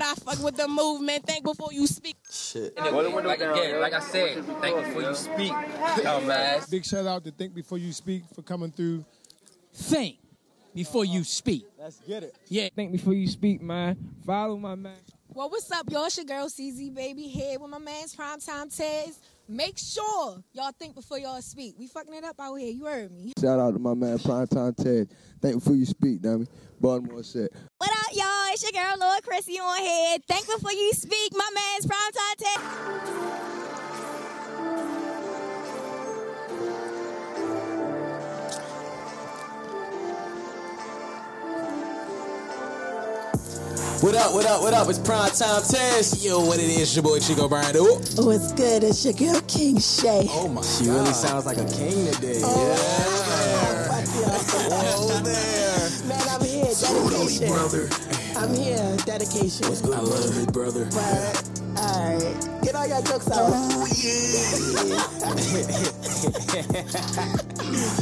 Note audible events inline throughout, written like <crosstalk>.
I fuck with the movement. Think before you speak. Shit. Like again, like I said, thank you for you speak, dumbass. Big shout out to Think Before You Speak for coming through. Think before you speak. Let's get it. Yeah. Think before you speak, man. Follow my man. Well, what's up, y'all? It's your girl CZ Baby here with my man's Primetime Tez. Make sure y'all think before y'all speak. We fucking it up out here. You heard me. Shout out to my man Primetime Ted. Thank you for you speak, dummy. Baltimore said. What up, y'all? It's your girl, Lord Chrissy, on here. Thankful for you speak, my man's Primetime Tech. What up, what up, what up? It's prime time test. Yo, what it is, your boy Chico Brian. Ooh. Oh, it's good. It's your girl King Shay. Oh my She really sounds like a king today. Fuck yeah. Yeah. Oh there. Man, I'm here. Dedication. brother. I'm here. Dedication. I love it, brother. But, all right. Get all your jokes out. Oh yeah.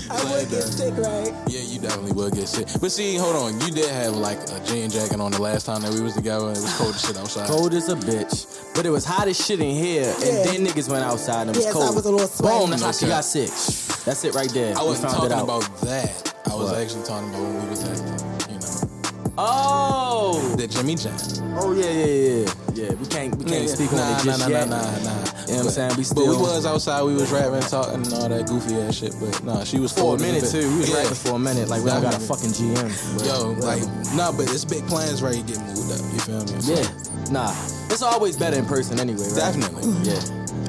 I would get sick, right? Yeah, you definitely will get sick. But see, hold on. You did have like a jean jacket on the last time that we was together. It was cold as shit outside. Cold as a bitch, but it was hot as shit in here, Yeah. and then niggas went outside and it was Yes, I cold. was a little sweaty. Boom, that's how she Okay. got sick. That's it right there. I We wasn't found it talking out. about that. I was What? actually talking about when we was acting. You know, Oh, the Jimmy Jam. You oh yeah, yeah, yeah, yeah. We can't, we can't speak nah, on it just nah, yet. Nah, nah, nah, nah. You know what I'm saying? We But we still- was outside. We was rapping, talking, and all that goofy ass shit. But nah, she was For a cold as minute bitch. too, we was Yeah. rapping for a minute. Like we don't got a fucking GM. but Yo, like, whatever. nah, but it's big plans right. You get moved up. You feel me? So, yeah, nah. It's always better in person anyway, right? definitely. Yeah.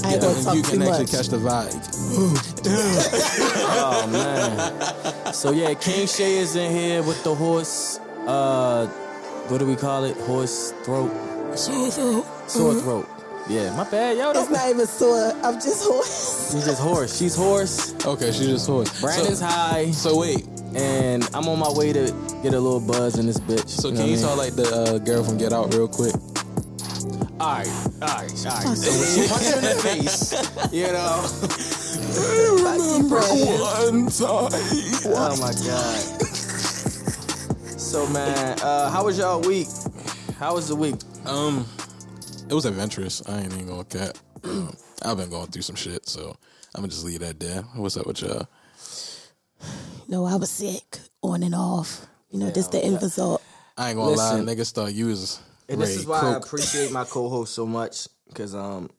I ain't gonna And you talk too can actually much. catch the vibe. Oh man. So yeah, King Shay is in here with the horse. Uh, what do we call it? Horse throat, So, so. sore throat. Yeah, my bad, yo. It's That's not even sore. I'm just <laughs> horse. She's just horse. She's horse. Okay, she just horse. Brandon's so, high, So wait. and I'm on my way to get a little buzz in this bitch. So know can you what I talk like the uh, girl from Get Out real quick? mean? All right, all right, all right. So when she punch her in the face, you know. One time. Oh my god. so man, uh, how was y'all week? How was the week? Um, it was adventurous. I ain't even gonna cap. <clears throat> Um, I've been going through some shit, so I'm gonna just leave that there. What's up with y'all? No, I was sick on and off. You know, this the end result. I ain't gonna Listen. lie, niggas thought you was. And this Ray is why I Coke. appreciate my co-host so much because um,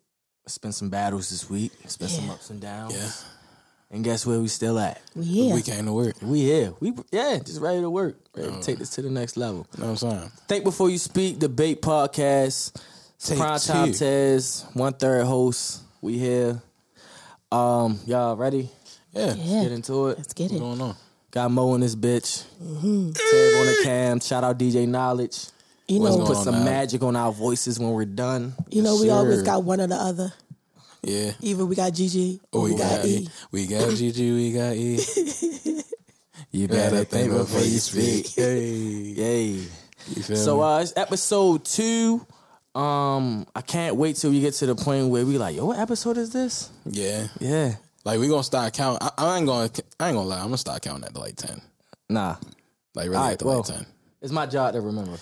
it's been some battles this week. It's been some Yeah. ups and downs. Yeah. And guess where we still at? We here. we came to work. You We here. We yeah, just ready to work. Ready to Uh. take this to the next level. know what I'm saying? Think before you speak. Debate podcast. Take Prime time two. Tez, one third host. We here. Um, y'all ready? Yeah. yeah. Get into it. Let's get What's it. Mm-hmm. going on? Got Mo in this bitch. Ted on the cam. Shout out DJ Knowledge. You What's know, Put going on, some man? magic on our voices when we're done. you know, we always Sure. got one or the other. <laughs> Yeah. Either we got GG or Oh, we, got, E. We got Gigi. We got <laughs> E. You Better think before you speak. Hey. Yay. You feel So me? uh it's episode two. Um I can't wait till we get to the point where we like, yo, what episode is this? yeah. Yeah. Like we gonna start counting. I, I ain't gonna. I ain't gonna lie. I'm gonna start counting at the like ten. Nah. Like really Alright, at the well, like ten. It's my job to remember.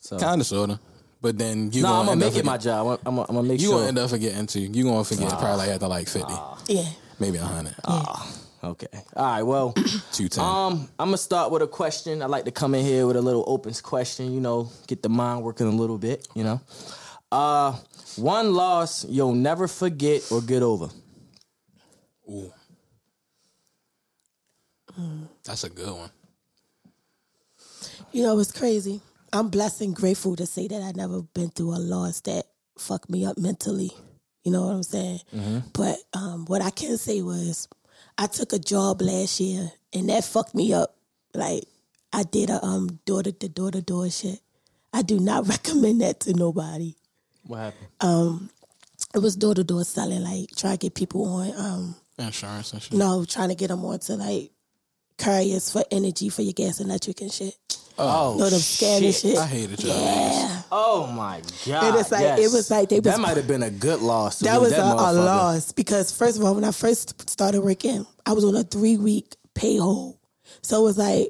So Kind of sorta. But then you. No, I'm gonna end up make it my forget- job. I'm, I'm, I'm gonna make You sure. gonna end up forgetting too. You gonna forget probably after like fifty, Yeah. maybe hundred, okay. All right, well, two ten. um, I'm gonna start with a question. I like to come in here with a little opens question, you know, get the mind working a little bit, you know. Uh one loss you'll never forget or get over. Ooh. mm. That's a good one. You know, it's crazy. I'm blessed and grateful to say that I never been through a loss that fucked me up mentally. You know what I'm saying? But um, what I can say was, I took a job last year and that fucked me up. Like I did a um door to the door to door shit. I do not <laughs> recommend that to nobody. What happened? Oh, It was door to door selling, like trying to get people on um Insurance and shit. No, trying to get them on to like couriers for energy for your gas and electric and shit. Oh, No, them scamming shit. I hated y'all. yeah. Oh my god! It was like- yes. it was like they that was- might have been a good loss. to That lose was a, a motherfucker. loss because first of all, when I first started working, I was on a three week pay hold. So it was like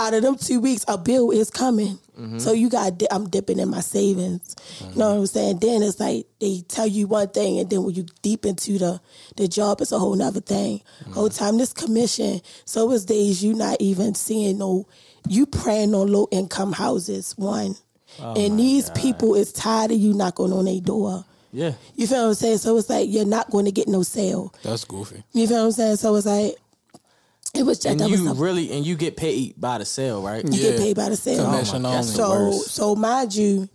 out of them two weeks, a bill is coming. So you got, di- I'm dipping in my savings. You know what I'm saying? Then it's like they tell you one thing, and then when you deep into the the job, it's a whole nother thing. Whole time this commission. So it's days you not even seeing no, you praying on low income houses. One, and these people is tired of you knocking on their door. Yeah. You feel what I'm saying? So it's like you're not going to get no sale. That's goofy. You feel what I'm saying? So it's like it was just And that was you a, really and you get paid by the sale, right? Oh you get paid by the sale. Commission only. So worse. so mind you,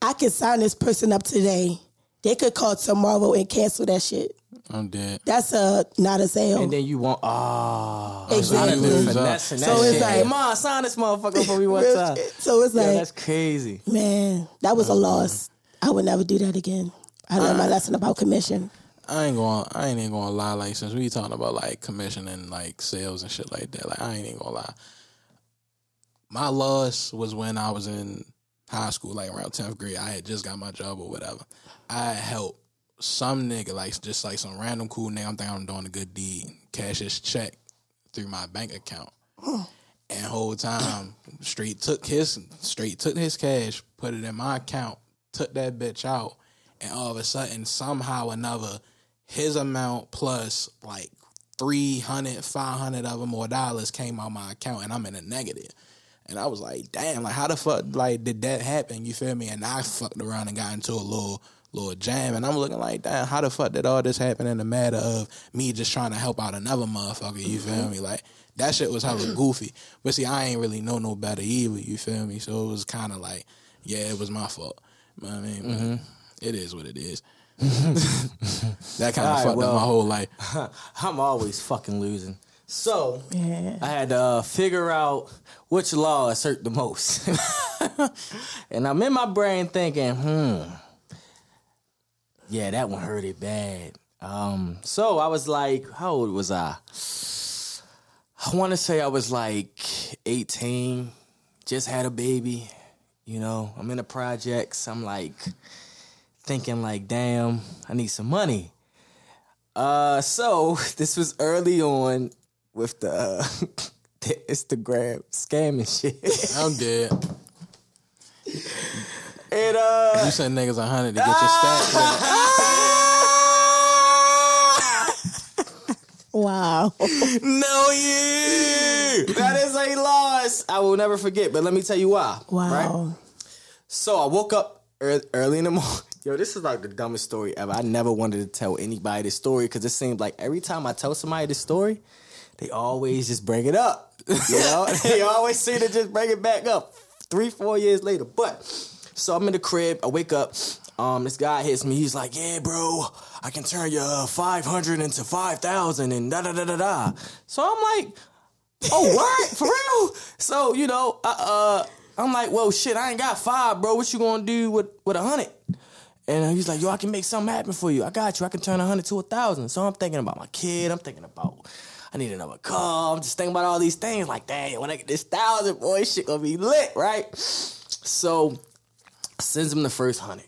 I could sign this person up today. They could call tomorrow and cancel that shit. I'm dead. That's a not a sale. And then you want ah. exactly. Lose out. Finessing So that it's shit. like- hey, ma, sign this motherfucker <laughs> before we went Real to. shit. So it's Yeah, like, that's crazy. man, that was a loss. I would never do that again. I learned Uh, my lesson about commission. I ain't gonna I ain't even gonna lie, like since we talking about like commission and like sales and shit like that, like I ain't even gonna lie. My loss was when I was in high school, like around tenth grade. I had just got my job or whatever. I helped some nigga, like just like some random cool nigga. I'm thinking I'm doing a good deed, cash his check through my bank account. And whole time, straight took his straight took his cash, put it in my account, took that bitch out, and all of a sudden, somehow or another, his amount plus like 300, 500 of them more dollars came out my account, and I'm in a negative. And I was like, damn, like how the fuck like did that happen? You feel me? And I fucked around and got into a little little jam and I'm looking like, damn, how the fuck did all this happen in a matter of me just trying to help out another motherfucker, you Mm-hmm. feel me? Like that shit was hella goofy. But see, I ain't really know no better either, you feel me? So it was kinda like, yeah, it was my fault. You know what I mean? But Mm-hmm. It is what <laughs> it is. that kind of All right, fucked well. up my whole life. I'm always fucking losing. So Yeah. I had to uh, figure out which law hurt the most, <laughs> and I'm in my brain thinking, hmm, yeah, that one hurt it bad. Um, so I was like, how old was I? I want to say I was like 18, just had a baby. You know, I'm in the projects. I'm like thinking, like, damn, I need some money. Uh, so <laughs> this was early on with the, <laughs> uh, the Instagram scam and <laughs> shit. I'm dead. and uh, You send niggas a <laughs> hundred to get your stats. Wow. no, you. That is a loss. I will never forget. But let me tell you why. Wow. So I woke up ear- early in the morning. <laughs> Yo, this is like the dumbest story ever. I never wanted to tell anybody this story because it seemed like every time I tell somebody this story, they always just bring it up. <laughs> You know, they always seem to just bring it back up three, four years later. But so I'm in the crib. I wake up. Um, this guy hits me. He's like, "Yeah, bro, I can turn your 500 into 5,000 and da da da da da." So I'm like, Oh, what? For real? So, you know, I, uh, I'm like, well, shit, I ain't got five, bro. What you gonna do with, with a hundred? And he's like, yo, I can make something happen for you. I got you. I can turn a hundred to a thousand. So I'm thinking about my kid. I'm thinking about, I need another car. I'm just thinking about all these things. Like, damn, when I get this thousand, boy, shit gonna be lit, right? So sends him the first hundred.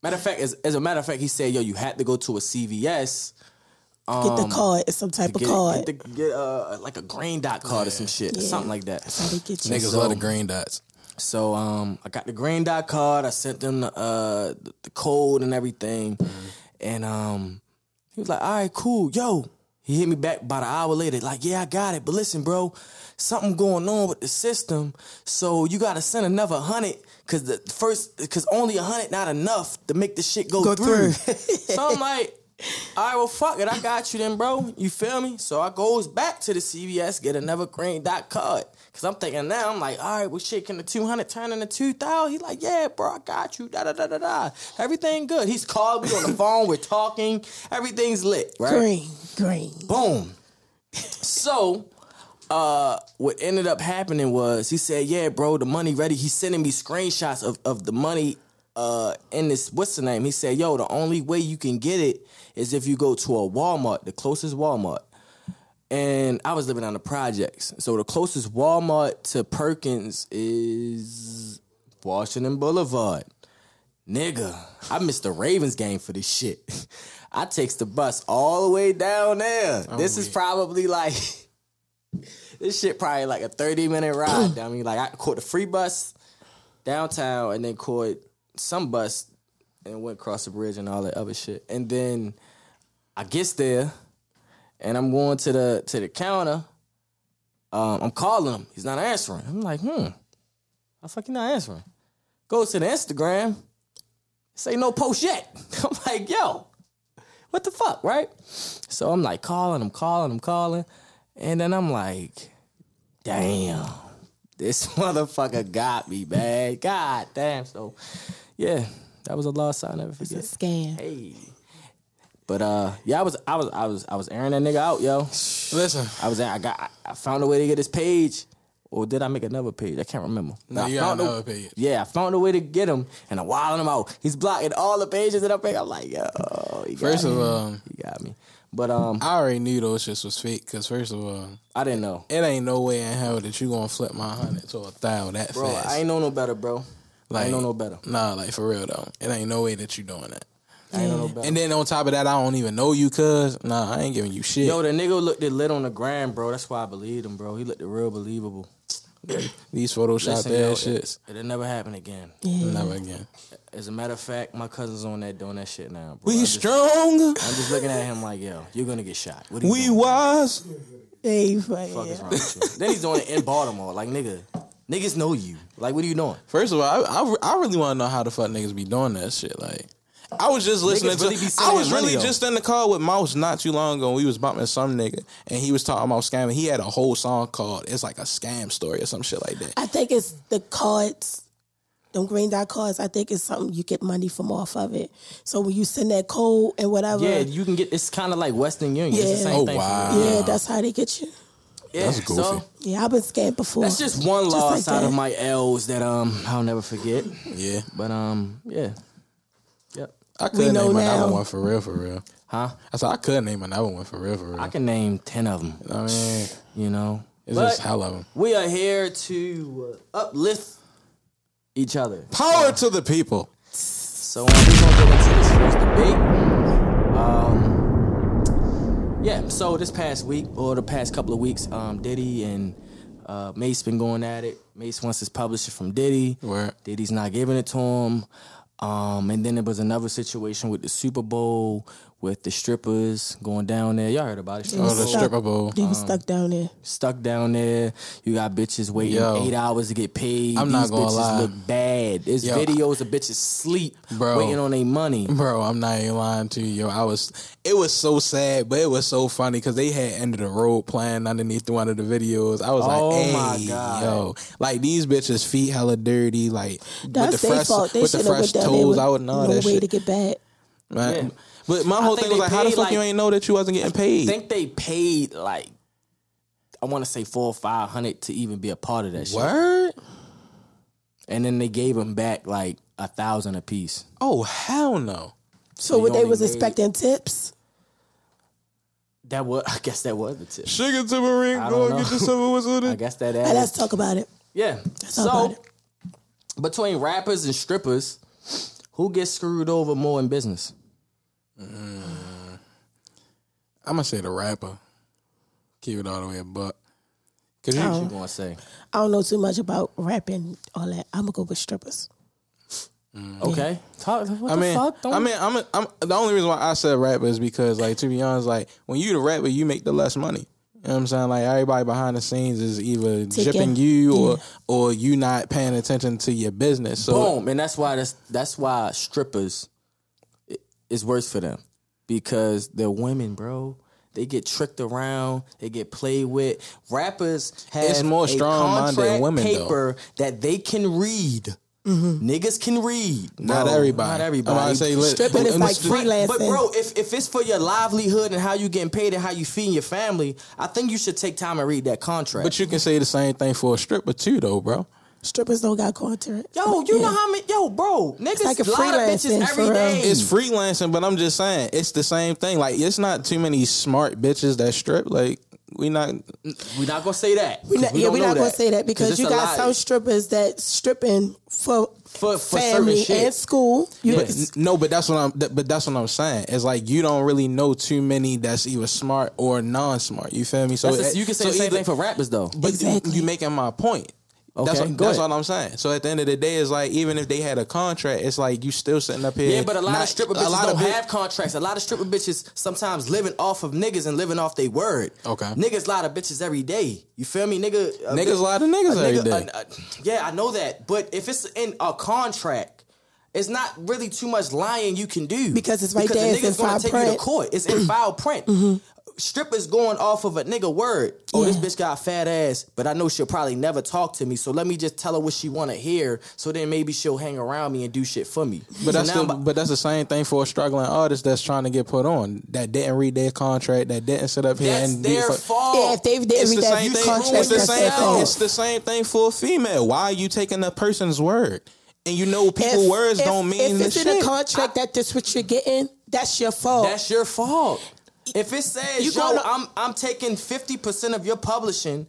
Matter of fact, as, as a matter of fact, he said, yo, you had to go to a CVS Get the card. It's some type Um, of get, card. get, the, get uh, like a green dot card or some shit, Yeah. something like that. How they get you. Niggas love the green dots. So um, I got the green dot card. I sent them the, uh, the, the code and everything, and um, he was like, "All right, cool, yo." He hit me back about an hour later, like, "Yeah, I got it, but listen, bro, something going on with the system, so you gotta send another hundred, cause the first, cause only a hundred not enough to make the shit go, Go through." <laughs> so I'm like. All right, well, fuck it. I got you then, bro. You feel me? So I goes back to the CVS, get another green dot card. Cause I'm thinking now, I'm like, all right, well, shit, can the 200 turn into 2,000? He's like, yeah, bro, I got you. Da da da da da. Everything good. He's called me on the phone. We're talking. Everything's lit, right? Green, green. Boom. So, uh, what ended up happening was he said, "Yeah, bro, the money ready." He's sending me screenshots of of the money. Uh, in this, what's the name? He said, "Yo, the only way you can get it is if you go to a Walmart, the closest Walmart." And I was living on the projects, so the closest Walmart to Perkins is Washington Boulevard. Nigga, I missed the Ravens game for this shit. <laughs> I takes the bus all the way down there. this is probably like <laughs> This shit probably like a 30 minute ride. I mean, like I caught the free bus downtown and then caught some bus and went across the bridge and all that other shit. And then I gets there and I'm going to the to the counter. Um, I'm calling him. He's not answering. I'm like, hmm. How the fuck you not answering? Go to the Instagram. Say no post yet. <laughs> I'm like, yo, what the fuck, right? So I'm like calling, I'm calling, I'm calling. And then I'm like, damn, this <laughs> motherfucker got me, man. God damn. So yeah, that was a loss I never It's a forget. scam. Hey. But uh yeah, I was I was I was I was airing that nigga out, yo. Listen, I was I got I- I found a way to get his page. Or did I make another page? I can't remember. no, But I you got found a- another page. yeah, I found a way to get him, and I'm wilding him out. He's blocking all the pages that I make. I'm like, yo, he got First me. of all, he got me. But um, I already knew those shits was fake. Cause first of all, I didn't know, it ain't no way in hell that you gonna flip my hundred to a thousand that bro. fast. I ain't know no better, bro. I ain't know no better. Nah, like for real though, it ain't no way that you doing that. I ain't know no better. And then on top of that, I don't even know you, cause nah, I ain't giving you shit. yo, the nigga looked it lit on the gram, bro. That's why I believed him, bro. He looked real believable. These photoshopped Listen, yo, ass it- shits. It'll never happen again. Never again. As a matter of fact, my cousin's on that doing that shit now. Bro. We I'm just, strong. I'm just looking at him like, yo, you're gonna get shot. What are you We doing? wise. Hey, you fucking- Fuck is wrong with you? then he's doing it in Baltimore, like nigga, niggas know you. Like, what are you doing? First of all, I, I, re- I really want to know how the fuck niggas be doing that shit. Like, I was just listening really be to. sending I was money, really though. just in the car with Mouse not too long ago. and We was bumping some nigga, and he was talking about scamming. He had a whole song called "It's Like a Scam Story" or some shit like that. I think it's the cards, them green dot cards. I think it's something you get money from off of it. So when you send that code and whatever, Yeah, you can get. It's kind of like Western Union. It's the Yeah. same Oh, thing. for wow. me. yeah, that's how they get you. Yeah, That's goofy. Yeah, I've been scammed before. that's just one loss like out of that. my L's that um I'll never forget. Yeah, But um yeah, yep. I could know name another now. one for real, for real. Huh? I said I could name another one for real, for real. I can name ten of them. I mean, You know, it's But just hell of 'em. we are here to uh, uplift each other. Power to the people. So um, we're gonna get into this first debate. Um, yeah. So this past week or the past couple of weeks, um, Diddy and uh, Mace been going at it. Mace wants his publisher from Diddy. Word. Diddy's not giving it to him. Um, and then there was another situation with the Super Bowl with the strippers going down there. Y'all heard about it? Oh, the stripper bowl. They was stuck down there. Stuck down there. You got bitches waiting Yo. eight hours to get paid. I'm not These gonna bitches lie. look bad. There's Yo, videos of bitches sleep Bro. waiting on their money. Bro, I'm not even lying to you. Yo, I was. It was so sad, but it was so funny because they had "End of the Road" playing underneath one of the videos. I was Oh like, "Hey, my God. yo, like these bitches' feet hella dirty, like That's with the their fresh fault. They with the should have fresh went down there toes with out and all no that way shit." to get back. right? Yeah. But my whole think thing was they like, "How the paid, fuck you like- ain't know that you wasn't getting paid?" think they paid like I want to say four or five hundred to even be a part of that shit, Word? and then they gave them back like a thousand a piece. Oh hell no! So what you they only was made- expecting tips. That was, <laughs> I guess, that was the tip. Sugar to Marine, I go don't and get know. the silver whistle. <laughs> I guess that Hey, added. let's talk about it. yeah. all about So between rappers and strippers, who gets screwed over more in business? I'm gonna say the rapper. Keep it all the way a buck. Cause you, what you gonna say? I don't know too much about rapping all that. I'm gonna go with strippers. Okay. Talk, what I the mean, fuck? Don't- I mean, I'm, I'm the only reason why I said rapper is because, like, to be honest, like when you the rapper, you make the less money. You know what I'm saying? Like everybody behind the scenes is either jipping care. you or or you not paying attention to your business. So boom, and that's why that's that's why strippers i- is worse for them because they're women, bro. They get tricked around. They get played with. Rappers have It's more a strong-minded contract women, though. paper that they can read. Mm-hmm. Niggas can read. not bro. everybody. Not I'm everybody. about to say, li- Stripping is and like it's- free- freelancing. But bro, if, if it's for your livelihood and how you getting paid and how you feeding your family, I think you should take time and read that contract. But you can say the same thing for a stripper too, though, bro. Strippers don't got contract. yo, you Yeah. know how many? Yo, bro, niggas like lie to a freelancing, bitches for every real. day. It's freelancing, but I'm just saying it's the same thing. Like it's not too many smart bitches that strip. Like we not. We're not gonna say that. We not, We yeah, don't we're know not gonna that. say that 'Cause because it's you a got lot. some strippers that stripping for, For- for certain family shit. and school. You But n- no, but that's what I'm. That, but that's what I'm saying. It's like you don't really know too many that's either smart or non-smart. You feel me? So That's it- the- you can say so the same either- thing for rappers though. But Exactly. you, you making my point. that's Okay, what, go that's ahead. all I'm saying. So at the end of the day, it's like even if they had a contract, it's like you still sitting up here. Yeah, but a lot not- of stripper bitches a lot don't of bi- have contracts. A lot of stripper bitches sometimes living off of niggas and living off they word. Okay. Niggas lie to bitches every day. You feel me? Nigga a Niggas bit- lie to niggas a every nigga- day. a- a- yeah, I know that. But if it's in a contract, it's not really too much lying you can do. Because it's right Because there, the it's in nigga's gonna fine take you to print. Mm-hmm. court. It's <clears throat> in file print. Strippers going off of a nigga word. Oh, this Yeah. bitch got a fat ass, but I know she'll probably never talk to me. So let me just tell her what she want to hear. So then maybe she'll hang around me and do shit for me. But So that's now the, I'm- but that's the same thing for a struggling artist that's trying to get put on that didn't read their contract that didn't sit up here That's and their be, fault. Yeah, if they didn't It's read the that oh, same thing. contract, It's the that's same their thing. fault. It's the same thing for a female. Why are you taking a person's word? And you know people If- words if- don't mean if the it's shit. in a contract that this what you're getting, that's your fault. That's your fault. If it says, Oh. You yo, gonna- I'm I'm taking fifty percent of your publishing,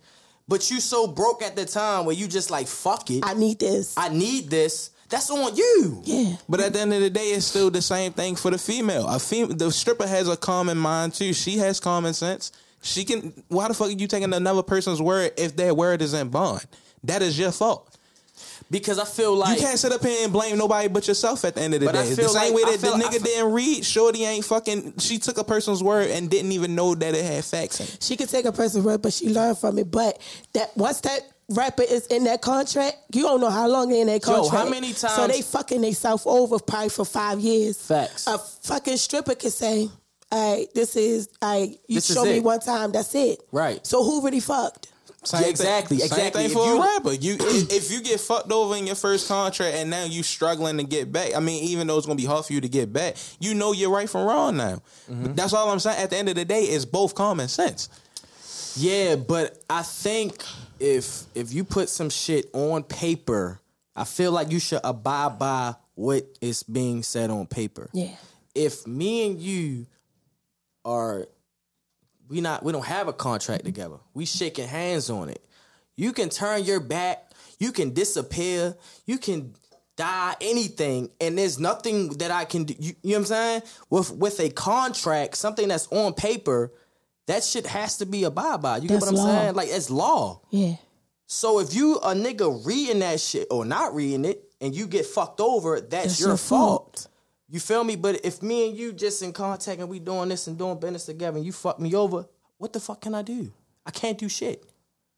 but you so broke at the time where you just like fuck it. I I, need this. need this. That's on you. yeah. But at the end of the day, it's still the same thing for the female. A fem- the stripper has a common mind too. She has common sense. She can. Why the fuck are you taking another person's word if their word is in bond? That is your fault. Because I feel like you can't sit up here and blame nobody but yourself at the end of the But I day. It's feel the like- same way I that the feel- I nigga feel- didn't read. Shorty ain't fucking. She took a person's word and didn't even know that it had facts in it. She could take a person's word, but she learned from it. But that once that rapper is in that contract, you don't know how long they in that Yo, how contract. many So times- they fucking themselves over probably for five years. Facts. A fucking stripper could say, "All right, this is all right. You This is show me it." one time, that's it." Right. So who really fucked? Same Yeah, thing- exactly, Same exactly. thing If for you- a rapper. You <clears throat> if if you get fucked over in your first contract and now you struggling to get back. I mean, even though it's gonna be hard for you to get back, you know you're right from wrong now. But that's all I'm saying. At the end of the day, it's both common sense. Yeah, but I think if if you put some shit on paper, I feel like you should abide by what is being said on paper. Yeah. If me and you are we not we don't have a contract Mm-hmm. together. We shaking hands on it. You can turn your back, you can disappear, you can die anything and there's nothing that I can do. You, you know what I'm saying? With with a contract, something that's on paper, that shit has to be abide by. You get That's what I'm law. saying? Like it's law. Yeah. So if you a nigga reading that shit or not reading it and you get fucked over, that's, your, fault. You feel me? But if me and you just in contact and we doing this and doing business together and you fuck me over, what the fuck can I do? I can't do shit.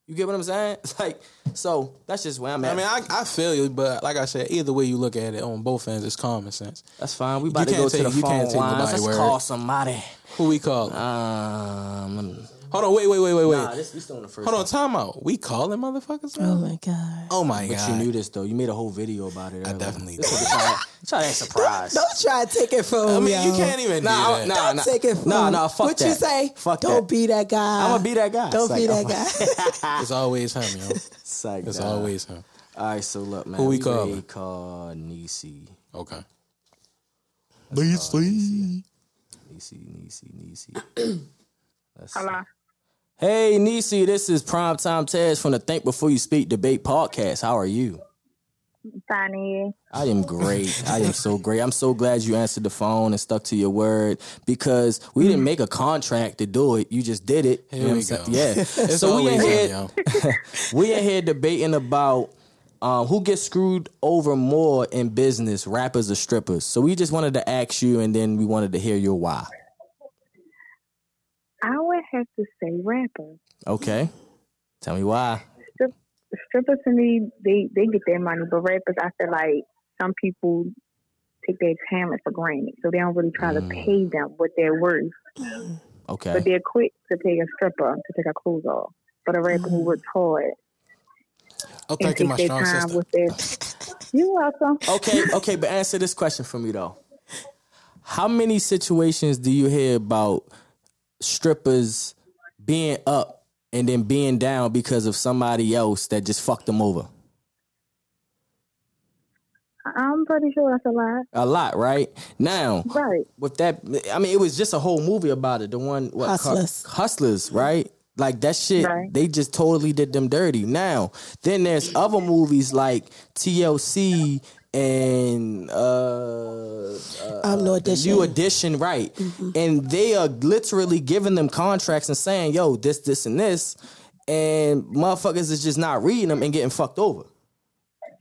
You get what I'm saying? <laughs> It's like, so that's just where I'm at. I mean, I, I feel you, but like I said, either way you look at it, on both ends, it's common sense. that's fine. We about to can't go to take- the you phone can't take lines. nobody's Let's word. call somebody. Who we calling? Um, Hold on, wait, wait, wait, wait, wait. nah, this, this on the first. Hold on, time out. We calling motherfuckers? Oh now? my god. Oh my But god! you knew this though. You made a whole video about it. I definitely This did. nigga trying to- trying to <laughs> act surprised. Don't try to take it from I mean, yo. you can't even. Nah, do that. I- nah. Don't take it from Nah, nah, fuck What you that. say? Fuck that. Don't be that guy. I'ma be that guy. Don't It's be like, that <laughs> guy. It's always him, yo. It's like, It's nah. always him. All right, so look, man. Who we we calling? ready to Call Nisi, Okay. Nisi, Nisi, Nisi. Let's see. Hey, Nisi. This is Primetime Taz from the Think Before You Speak Debate Podcast. How are you? Funny. I am great. I am so great. I'm so glad you answered the phone and stuck to your word because we didn't make a contract to do it. You just did it. You Mm. Here know we what I'm go. saying? Yeah. <laughs> It's so we in always here, him, <laughs> we in here debating about um, who gets screwed over more in business, rappers or strippers. So we just wanted to ask you, and then we wanted to hear your why. I would have to say rapper. Okay, tell me why. Strip, strippers to me, they, they get their money, but rappers, I feel like some people take their talent for granted, so they don't really try Mm. to pay them what they're worth. But Okay, they're quick to pay a stripper to take her clothes off. But a rapper who works hard Oh, and Mm. thank you, my takes their strong time sister. with their. You're welcome. okay, okay. But answer this question for me though. How many situations do you hear about strippers being up and then being down because of somebody else that just fucked them over? I'm pretty sure that's a lot. A lot, right? Now, Right. with that, I mean, it was just a whole movie about it. The one what Hustlers. Hustlers, right? Like that shit, Right. they just totally did them dirty. Now, then there's other movies like TLC and uh, uh I'm the no addition. new edition, right? Mm-hmm. And they are literally giving them contracts and saying, "Yo, this, this, and this," and motherfuckers is just not reading them and getting fucked over.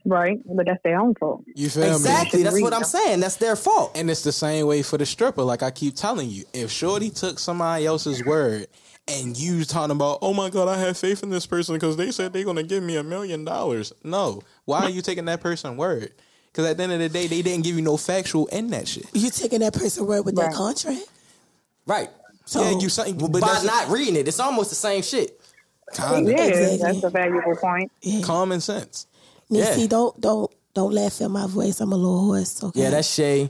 right? But that's their own fault. You feel me? Exactly. That's what I'm saying. That's their fault. And it's the same way for the stripper. Like I keep telling you, if Shorty took somebody else's word and you talking about, oh my God, I have faith in this person because they said they're gonna give me a million dollars. No, why are you taking that person's word? Because at the end of the day, they didn't give you no factual in that shit. You taking that person word with that Right. contract? Right. So- yeah, you something, By but that's not reading it, it's almost the same shit. kind of Yeah, Exactly. that's a valuable point. common sense. Nisi, Yeah. don't don't don't laugh at my voice. I'm a little hoarse. Okay. Yeah, Mm. that's Shay.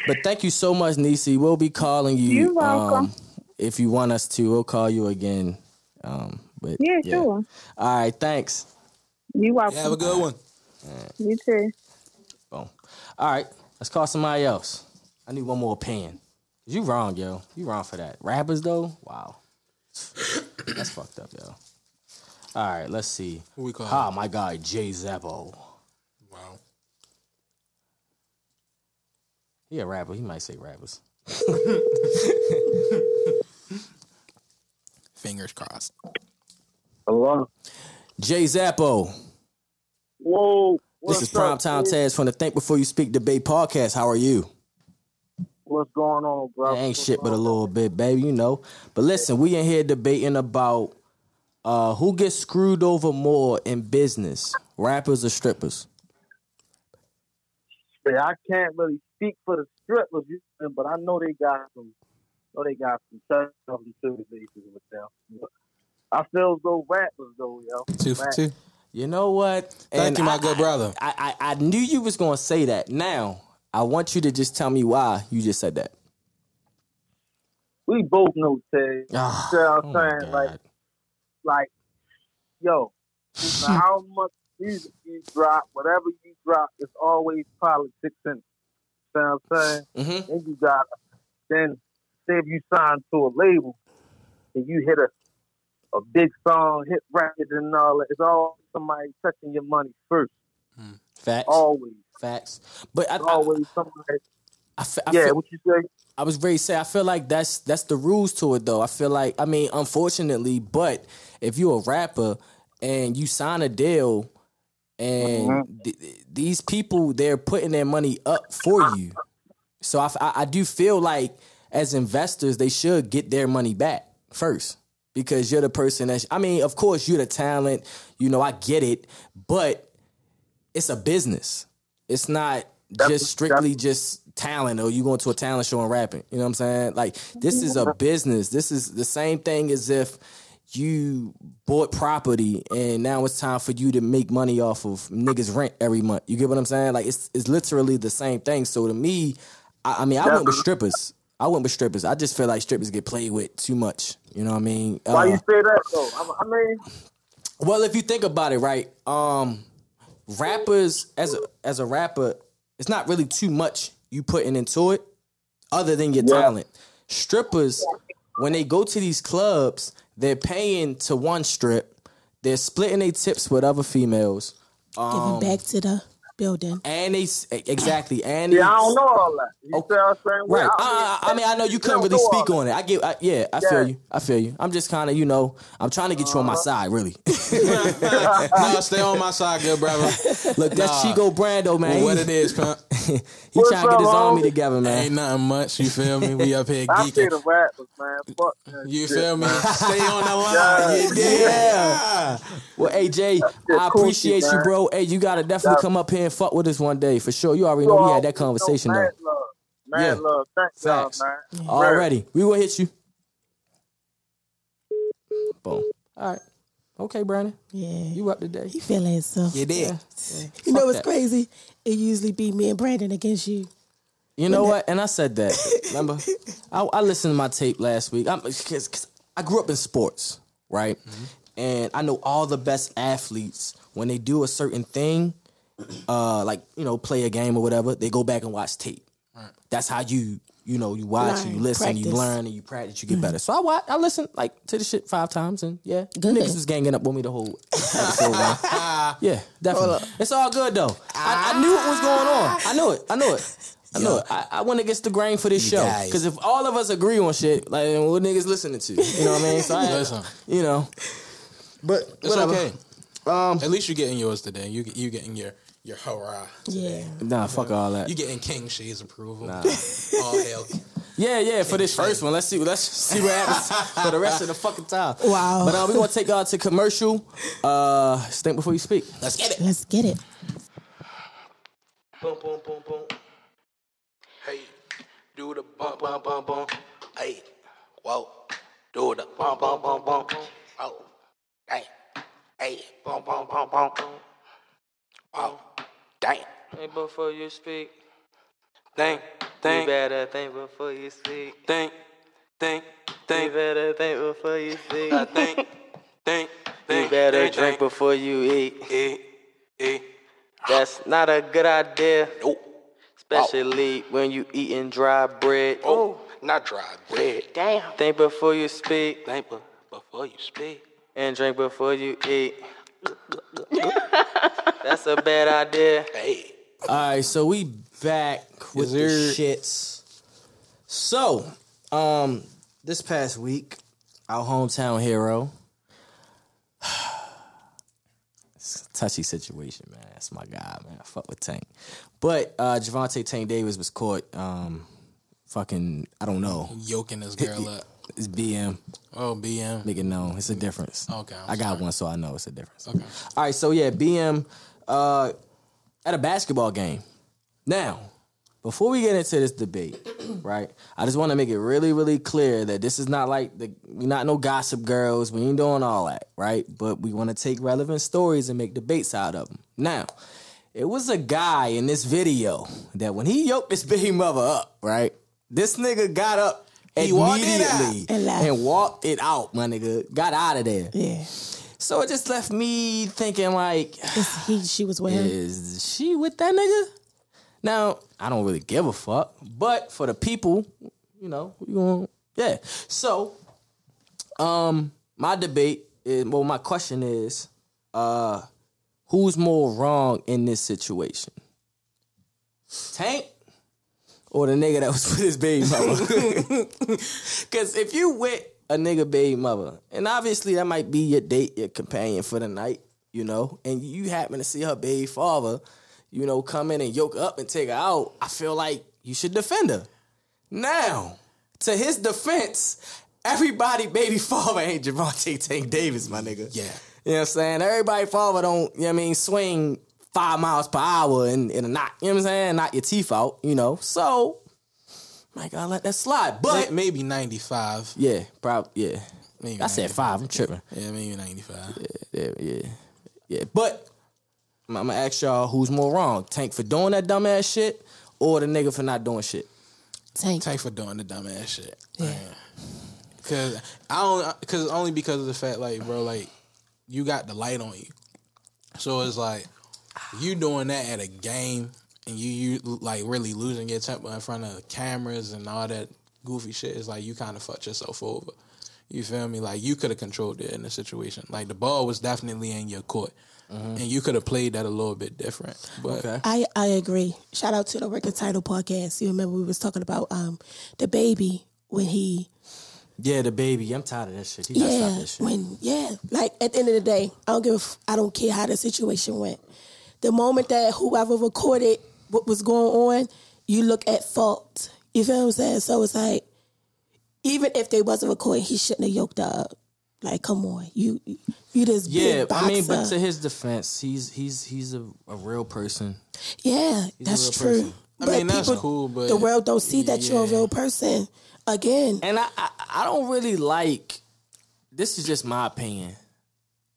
<laughs> but thank you so much, Nisi. We'll be calling you. You're welcome. um, if you want us to, we'll call you again. Um, but Yeah, sure. All right, thanks. You Yeah, have welcome. a good one. You too. Boom. All right, let's call somebody else. I need one more opinion. You wrong, yo. You wrong for that. Rappers though, wow, <clears throat> that's fucked up, yo. All right, let's see. Who we call? Oh my God, Jay Zappo. Wow. He a rapper. He might say rappers. Fingers crossed. Hello. Jay Zappo. Whoa. This What's is up, Primetime kid? Taz from the Think Before You Speak Debate podcast. How are you? What's going on, bro? ain't What's shit but a going little bit, baby, you know. But listen, we in here debating about uh, who gets screwed over more in business, rappers or strippers. on? I can't really speak for the strippers, you know, but I know they got some. Know they got some tough bases with them. I feel as though rappers though, yo. Two for Rap- two. You know what? Thank And you, my I- good brother. I, I, I knew you was gonna say that. Now I want you to just tell me why you just said that. We both know Ted. Ah, You know what oh I'm my saying? Like, God. like, yo, no matter how much music you drop, whatever you drop, it's always politics in it. You know what I'm saying? Mhm. Then you got then say if you sign to a label and you hit a a big song, hit record and all that, it's all somebody touching your money first. Facts, Always. facts. But I, It's I, always somebody I, fe- I, oh, Yeah, fe- what you say? I was ready to say I feel like that's that's the rules to it though. I feel like I mean, unfortunately, but if you're a rapper and you sign a deal and th- th- these people they're putting their money up for you, so I, f- I- I do feel like as investors they should get their money back first because you're the person that's. I mean, of course you're the talent. You know, I get it, but it's a business. It's not That's- just strictly just talent or you going to a talent show and rapping. You know what I'm saying? Like this is a business. This is the same thing as if you bought property and now it's time for you to make money off of niggas rent every month. You get what I'm saying? Like it's it's literally the same thing. So to me, I, I mean, I went with strippers. I went with strippers. I just feel like strippers get played with too much. You know what I mean? Why you Uh, say that though? I, I mean, well, if you think about it, right? Um, rappers as a, as a rapper, it's not really too much you putting into it, other than your talent. Strippers, when they go to these clubs, they're paying to one strip, they're splitting their tips with other females, Give him back to the building. and they s- e, exactly and yeah, I they- don't know all that. You Oh, see what I'm saying? Right. Well, I, I, I mean, I know you couldn't don't really know all speak that. on it. I get, I, yeah, I Yeah. Uh-huh. feel you. I feel you. I'm just kind of, you know, I'm trying to get you on my side, really. <laughs> <laughs> no, stay on my side, good brother. Look, that's Nah. Chico Brando, man. Well, what He- it is, pimp. He What's trying to get up, his army homie? together, Ain't man. nothing much. You feel me? We up here I say geeking. the rappers, man. Fuck that You shit, feel me? man. Stay <laughs> on the line. You dig? Yeah. Well, AJ, shit I coochie, appreciate you, man. bro. Hey, you gotta definitely Yeah. come up here and fuck with us one day for sure. You already You know we all had that know conversation mad though. Love. Mad Yeah. love. Thank Facts. y'all, man. Already, we gonna hit you. Boom. All right. Okay, Brandon, Yeah. you up today? He feeling himself. You dig? You know what's that. crazy? It usually be me and Brandon against you. You know what? And I said that. <laughs> Remember, I, I listened to my tape last week. I'm, cause, 'cause I grew up in sports, right? Mm-hmm. And I know all the best athletes when they do a certain thing, uh, like you know, play a game or whatever. They go back and watch tape. That's how you you know you watch, and you Learn, listen, you practice. Mm-hmm. learn, and you practice, you get better. So I watch, I listen like to the shit five times, and yeah, Good. niggas is ganging up with me the <laughs> whole episode. man. yeah, Hold definitely. It's all good though. I, I knew what was going on. I knew it. I knew it. I know it. I, I went against the grain for this You show guys. because if all of us agree on shit, like then what niggas listening to? You know what I mean? So I, Listen. you know, but It's whatever. okay. Um, At least you're getting yours today. You you getting your your hurrah. Yeah. Nah, fuck all that. You getting King Shay's approval. Nah. All hell. Yeah, yeah, for this first one. Let's see let's see what happens for the rest of the fucking time. Wow. But uh, we're gonna take y'all to commercial. Uh think before you speak. Let's get it. Let's get it. Boom boom boom boom. Hey, do the bum bum bum bum. Hey, whoa, do the bum bum bum bum. Oh, hey, hey, bum bum bum bum. Oh, damn. Think before you speak. Think, You better think before you speak. think, think, You better think before you speak. I think, think, eh, You better drink before you eat. Eat, eat. That's not a good idea. Nope. Especially when you eating dry bread. Oh, not dry bread. Damn. Think before you speak. Think be- before you speak. And drink before you eat. That's a bad idea. Hey. Alright, so we back with the shits. So, um, this past week, our hometown hero. <sighs> It's a touchy situation, man. That's my guy, man. I fuck with Tank. But uh Javante Tank Davis was caught um fucking I don't know. Yoking this girl up. It's BM. Oh, <laughs> BM. Make it known. It's a difference. Okay, I'm I got one, so I know it's a difference. Okay. All right, so yeah, BM uh, at a basketball game. Now, before we get into this debate, <clears throat> right? I just want to make it really, really clear that this is not like the we not no gossip girls. We ain't doing all that, right? But we want to take relevant stories and make debates out of them. Now, it was a guy in this video that when he yoked his baby mother up, right? This nigga got up He walked it out. immediately And left. and walked it out, my nigga. Got out of there. Yeah. So it just left me thinking, like, It's- He, she was with him. is she with that nigga? Now, I don't really give a fuck, but for the people, you know, we going yeah. So, um, my debate is well, my question is, uh, who's more wrong in this situation, Tank or the nigga that was <laughs> with his baby mama? Because if you with a nigga baby mother, and obviously that might be your date, your companion for the night, you know, and you happen to see her baby father, you know, come in and yoke up and take her out, I feel like you should defend her. Now, to his defense, everybody baby <laughs> father ain't Javante Tank Davis, my nigga. Yeah. You know what I'm saying? Everybody father don't, you know what I mean, swing five miles per hour and, and knock, you know what I'm saying? Knock your teeth out, you know. So, my God, let that slide. But But maybe 95. yeah, probably. Yeah, Maybe I said 95. five. I'm tripping. Yeah, maybe 95. Yeah, yeah, yeah. But I'm, I'm gonna ask y'all who's more wrong: Tank for doing that dumbass shit, or the nigga for not doing shit? Tank. Tank for doing the dumbass shit. Yeah. Cause I don't, cause only because of the fact, like, bro, like, you got the light on you, so it's like you doing that at a game, and you you like really losing your temper in front of cameras and all that goofy shit. It's like you kind of fucked yourself over. You feel me? Like you could have controlled it in the situation. Like the ball was definitely in your court, Mm-hmm. and you could have played that a little bit different. But I, I agree. Shout out to the Record Title podcast. You remember we was talking about um the baby when he Yeah, the baby. I'm tired of that shit. He gotta yeah stop that shit. when yeah like at the end of the day I don't give a f- I don't care how the situation went. The moment that whoever recorded what was going on, you look at fault. You feel what I'm saying? So it's like even if they wasn't recording, he shouldn't have yoked her up. Like come on, you you just Yeah, big I mean, but boxer. to his defense, he's he's he's a, a real person. Yeah, He's a that's real true. person. I mean, that's cool, but- the world don't see that you're a Yeah. real person. Again, And I, I I don't really like. This is just my opinion.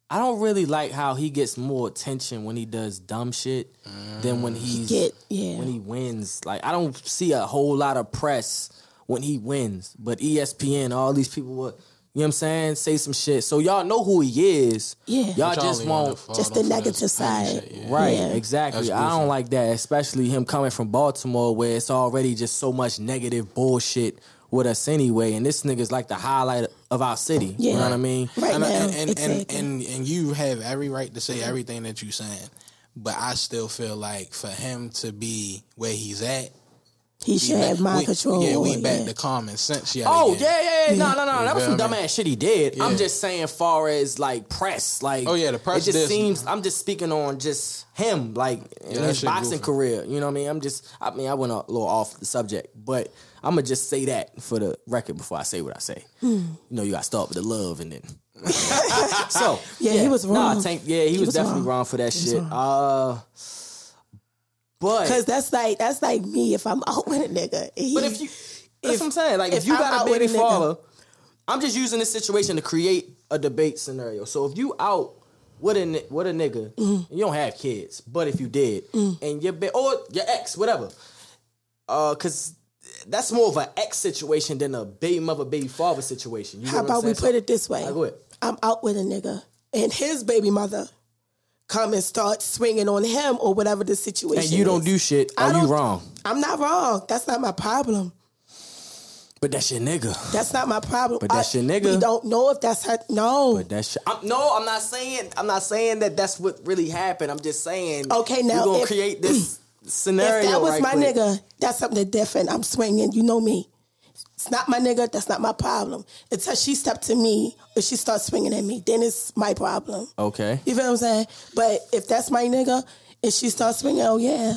I don't really like how he gets more attention when he does dumb shit than when he's Mm. get yeah. when he wins. Like I E don't see a whole lot of press when he wins, but ESPN, all these people were You know what I'm saying? Say some shit. So y'all know who he is. Yeah. Y'all But y'all just ain't won't. wanna fall Just the off that negative same side. shit, yeah. Right, Yeah. exactly. That's I bullshit. don't like that, especially him coming from Baltimore where it's already just so much negative bullshit with us anyway. And this nigga's like the highlight of our city. You know what I mean? and, and, and, and, and and you have every right to Mm-hmm. say everything that you're saying, but I still feel like for him to be where he's at, He we should back- have mind we- control, Yeah, we yeah. back to common sense. Yet Oh again. yeah, yeah, yeah. No, no, no. You That was feel some me? dumbass shit he did. I'm Yeah. just saying, far as like press, like Oh, yeah, the press It just did- seems I'm just speaking on just him, like in Yeah, that his shit boxing goofy. career. You know what I mean? I'm just, I mean, I went a little off the subject, but I'm gonna just say that for the record before I say what I say. Hmm. You know, you gotta start with the love and <laughs> then. so Yeah, he was Nah, wrong. Tank, yeah, he, He was, was definitely wrong. wrong, for that He was shit. Uh, but Because that's like that's like me if I'm out with a nigga. But if you, that's what I'm saying. Like, if, if you I'm got out a with baby a nigga- father, I'm just using this situation to create a debate scenario. So if you out with a ni- with a nigga, Mm-hmm. and you don't have kids, but if you did, and your ba- or your ex, whatever, uh, cause. That's more of an ex situation than a baby mother, baby father situation. You know How what I'm about we saying? put it this way? So- Like, what? I'm out with a nigga and his baby mother come and start swinging on him or whatever the situation. And you don't is. do shit. I Are you don't- wrong? I'm not wrong. That's not my problem. But that's your nigga. That's not my problem. But that's I- your nigga. We don't know if that's her. No. But that's your, I'm, no. I'm not saying. I'm not saying that that's what really happened. I'm just saying. Okay, now you gonna if- create <clears throat> this scenario. if that was right my quick. nigga, that's something different. I'm swinging. You know me. It's not my nigga. That's not my problem. Until she stepped to me or she starts swinging at me, then it's my problem. Okay. You feel what I'm saying? But if that's my nigga and she starts swinging, oh yeah,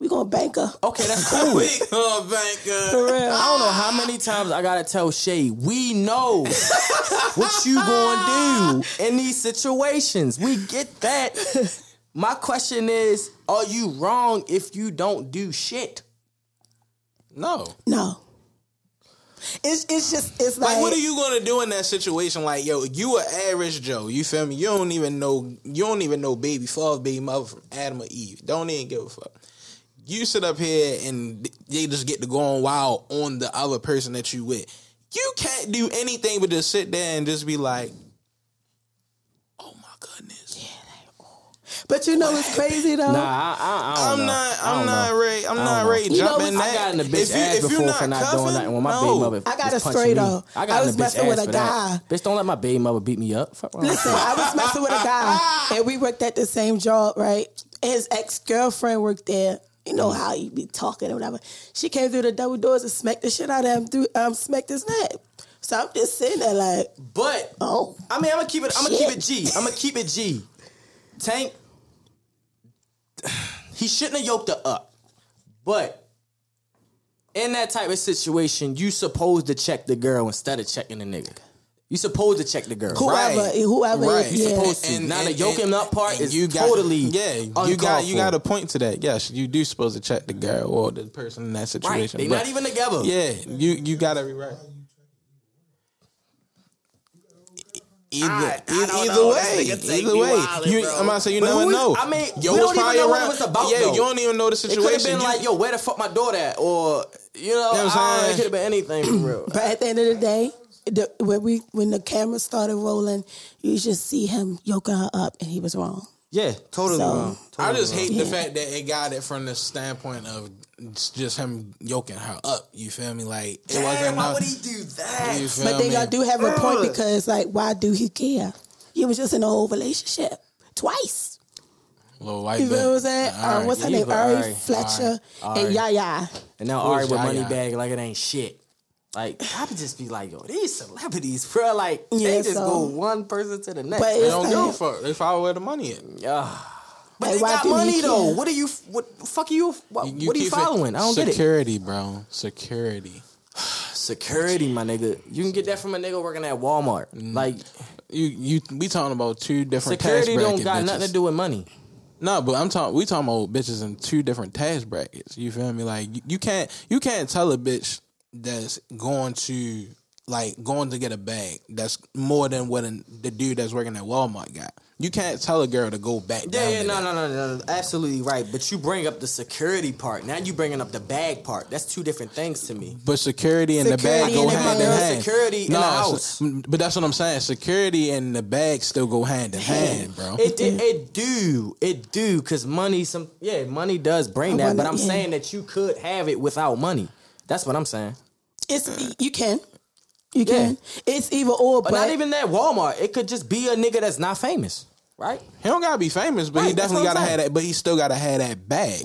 we gonna bank her. Okay, that's cool. <laughs> oh, thank <laughs> God. For real. I don't know how many times I gotta tell Shay, we know <laughs> what you gonna do in these situations. We get <laughs> that. My question is, are you wrong if you don't do shit? No. No. It's it's just it's Like, like, what are you gonna do in that situation? Like, yo, you a average Joe. You feel me? You don't even know. You don't even know baby father, baby mother from Adam or Eve. Don't even give a fuck. You sit up here and they just get to going wild on the other person that you with. You can't do anything but just sit there and just be like, oh But you know it's crazy though. Nah, I, I, I don't I'm know. not- I don't I'm not know. ready- I'm I don't not know. ready You know jumping what's- I that. got in the If bitch you- ass if you're before not for not cuffing, doing nothing when my no. baby mother. I got was a punching straight me. up. I I got in was the bitch messing ass with a for that. guy. Bitch, don't let my baby mother beat me up. Fuck wrong with Listen, you? I was messing with a guy, and we worked at the same job, right? His ex girlfriend worked there. You know how you be talking or whatever. She came through the double doors and smacked the shit out of him. Through, um, smacked his neck. So I'm just sitting there like, <laughs> But oh, I mean, I'm gonna keep it. I'm gonna keep Shit. it G. I'm gonna keep it G. Tank, he shouldn't have yoked her up. But in that type of situation, you supposed to check the girl instead of checking the nigga. You supposed to check the girl. Whoever- Right. whoever it Right. is, You yeah. supposed to. And- now the and- yoking and- up part and is you got- totally yeah. You got uncalled you for. got a point to that. Yes, you do supposed to check the girl or the person in that situation. They but- not even together. Yeah, you you got every right. Either, e-, either, know. way, This nigga take either me way, wildin', you, bro. I'm about to say you But never who is- know. I mean, Yo we was don't even probably know what around- it was about. Yeah, though. you don't even know the It could situation. have been You- like, yo, where the fuck my daughter at, or you know, You know what I I'm don't know, it saying? could have been anything for <clears throat> real. But at the end of the day, the, when we when the camera started rolling, you should see him yoking her up, and he was wrong. Yeah, totally So- wrong. I just hate Yeah. the fact that it got it from the standpoint of just him yoking her up. You feel me? Like it wasn't. Why would he do that? You feel But then me? y'all do have a point uh. because, like, why do he care? He was just in a whole relationship twice. Little Uh, white you feel bitch. what I'm saying? All Um, right, what's her yeah, name? you Ari, right. Fletcher All right. and Yaya. And now Who Ari is with Yaya? money bag like it ain't shit. Like I would just be like, yo, these celebrities, bro. Like they Yeah, just so- go one person to the next. But They it's don't like- give a fuck. They follow where the money is. Yeah. But Like, they why got do he money though. care? What are you? What the fuck are you? What, You what are you keep it- following? I don't get it. Security, bro. Security. Security, my nigga. You can get that from a nigga working at Walmart. Like You you we talking about two different security tax don't bracket got bitches. nothing to do with money. No, but I'm talking. We talking about bitches in two different tax brackets. You feel me? Like you, you can't you can't tell a bitch that's going to like going to get a bag that's more than what an, the dude that's working at Walmart got. You can't tell a girl to go back Yeah, down. yeah, to no, no, no, no, no, absolutely right. But you bring up the security part. Now you bringing up the bag part. That's two different things to me. But security and Security the bag go in the hand in house. hand. Security in the so- but that's what I'm saying. Security and the bag still go hand in hand, bro. It, it it do it do because money some yeah money does bring I that. wonder- But I'm yeah. saying that you could have it without money. That's what I'm saying. It's you can, you can. It's either or, But but, not even that Walmart. It could just be a nigga that's not famous, right? He don't gotta be famous, but he Right, that's definitely what I'm gotta have saying. that. But he still gotta have that bag.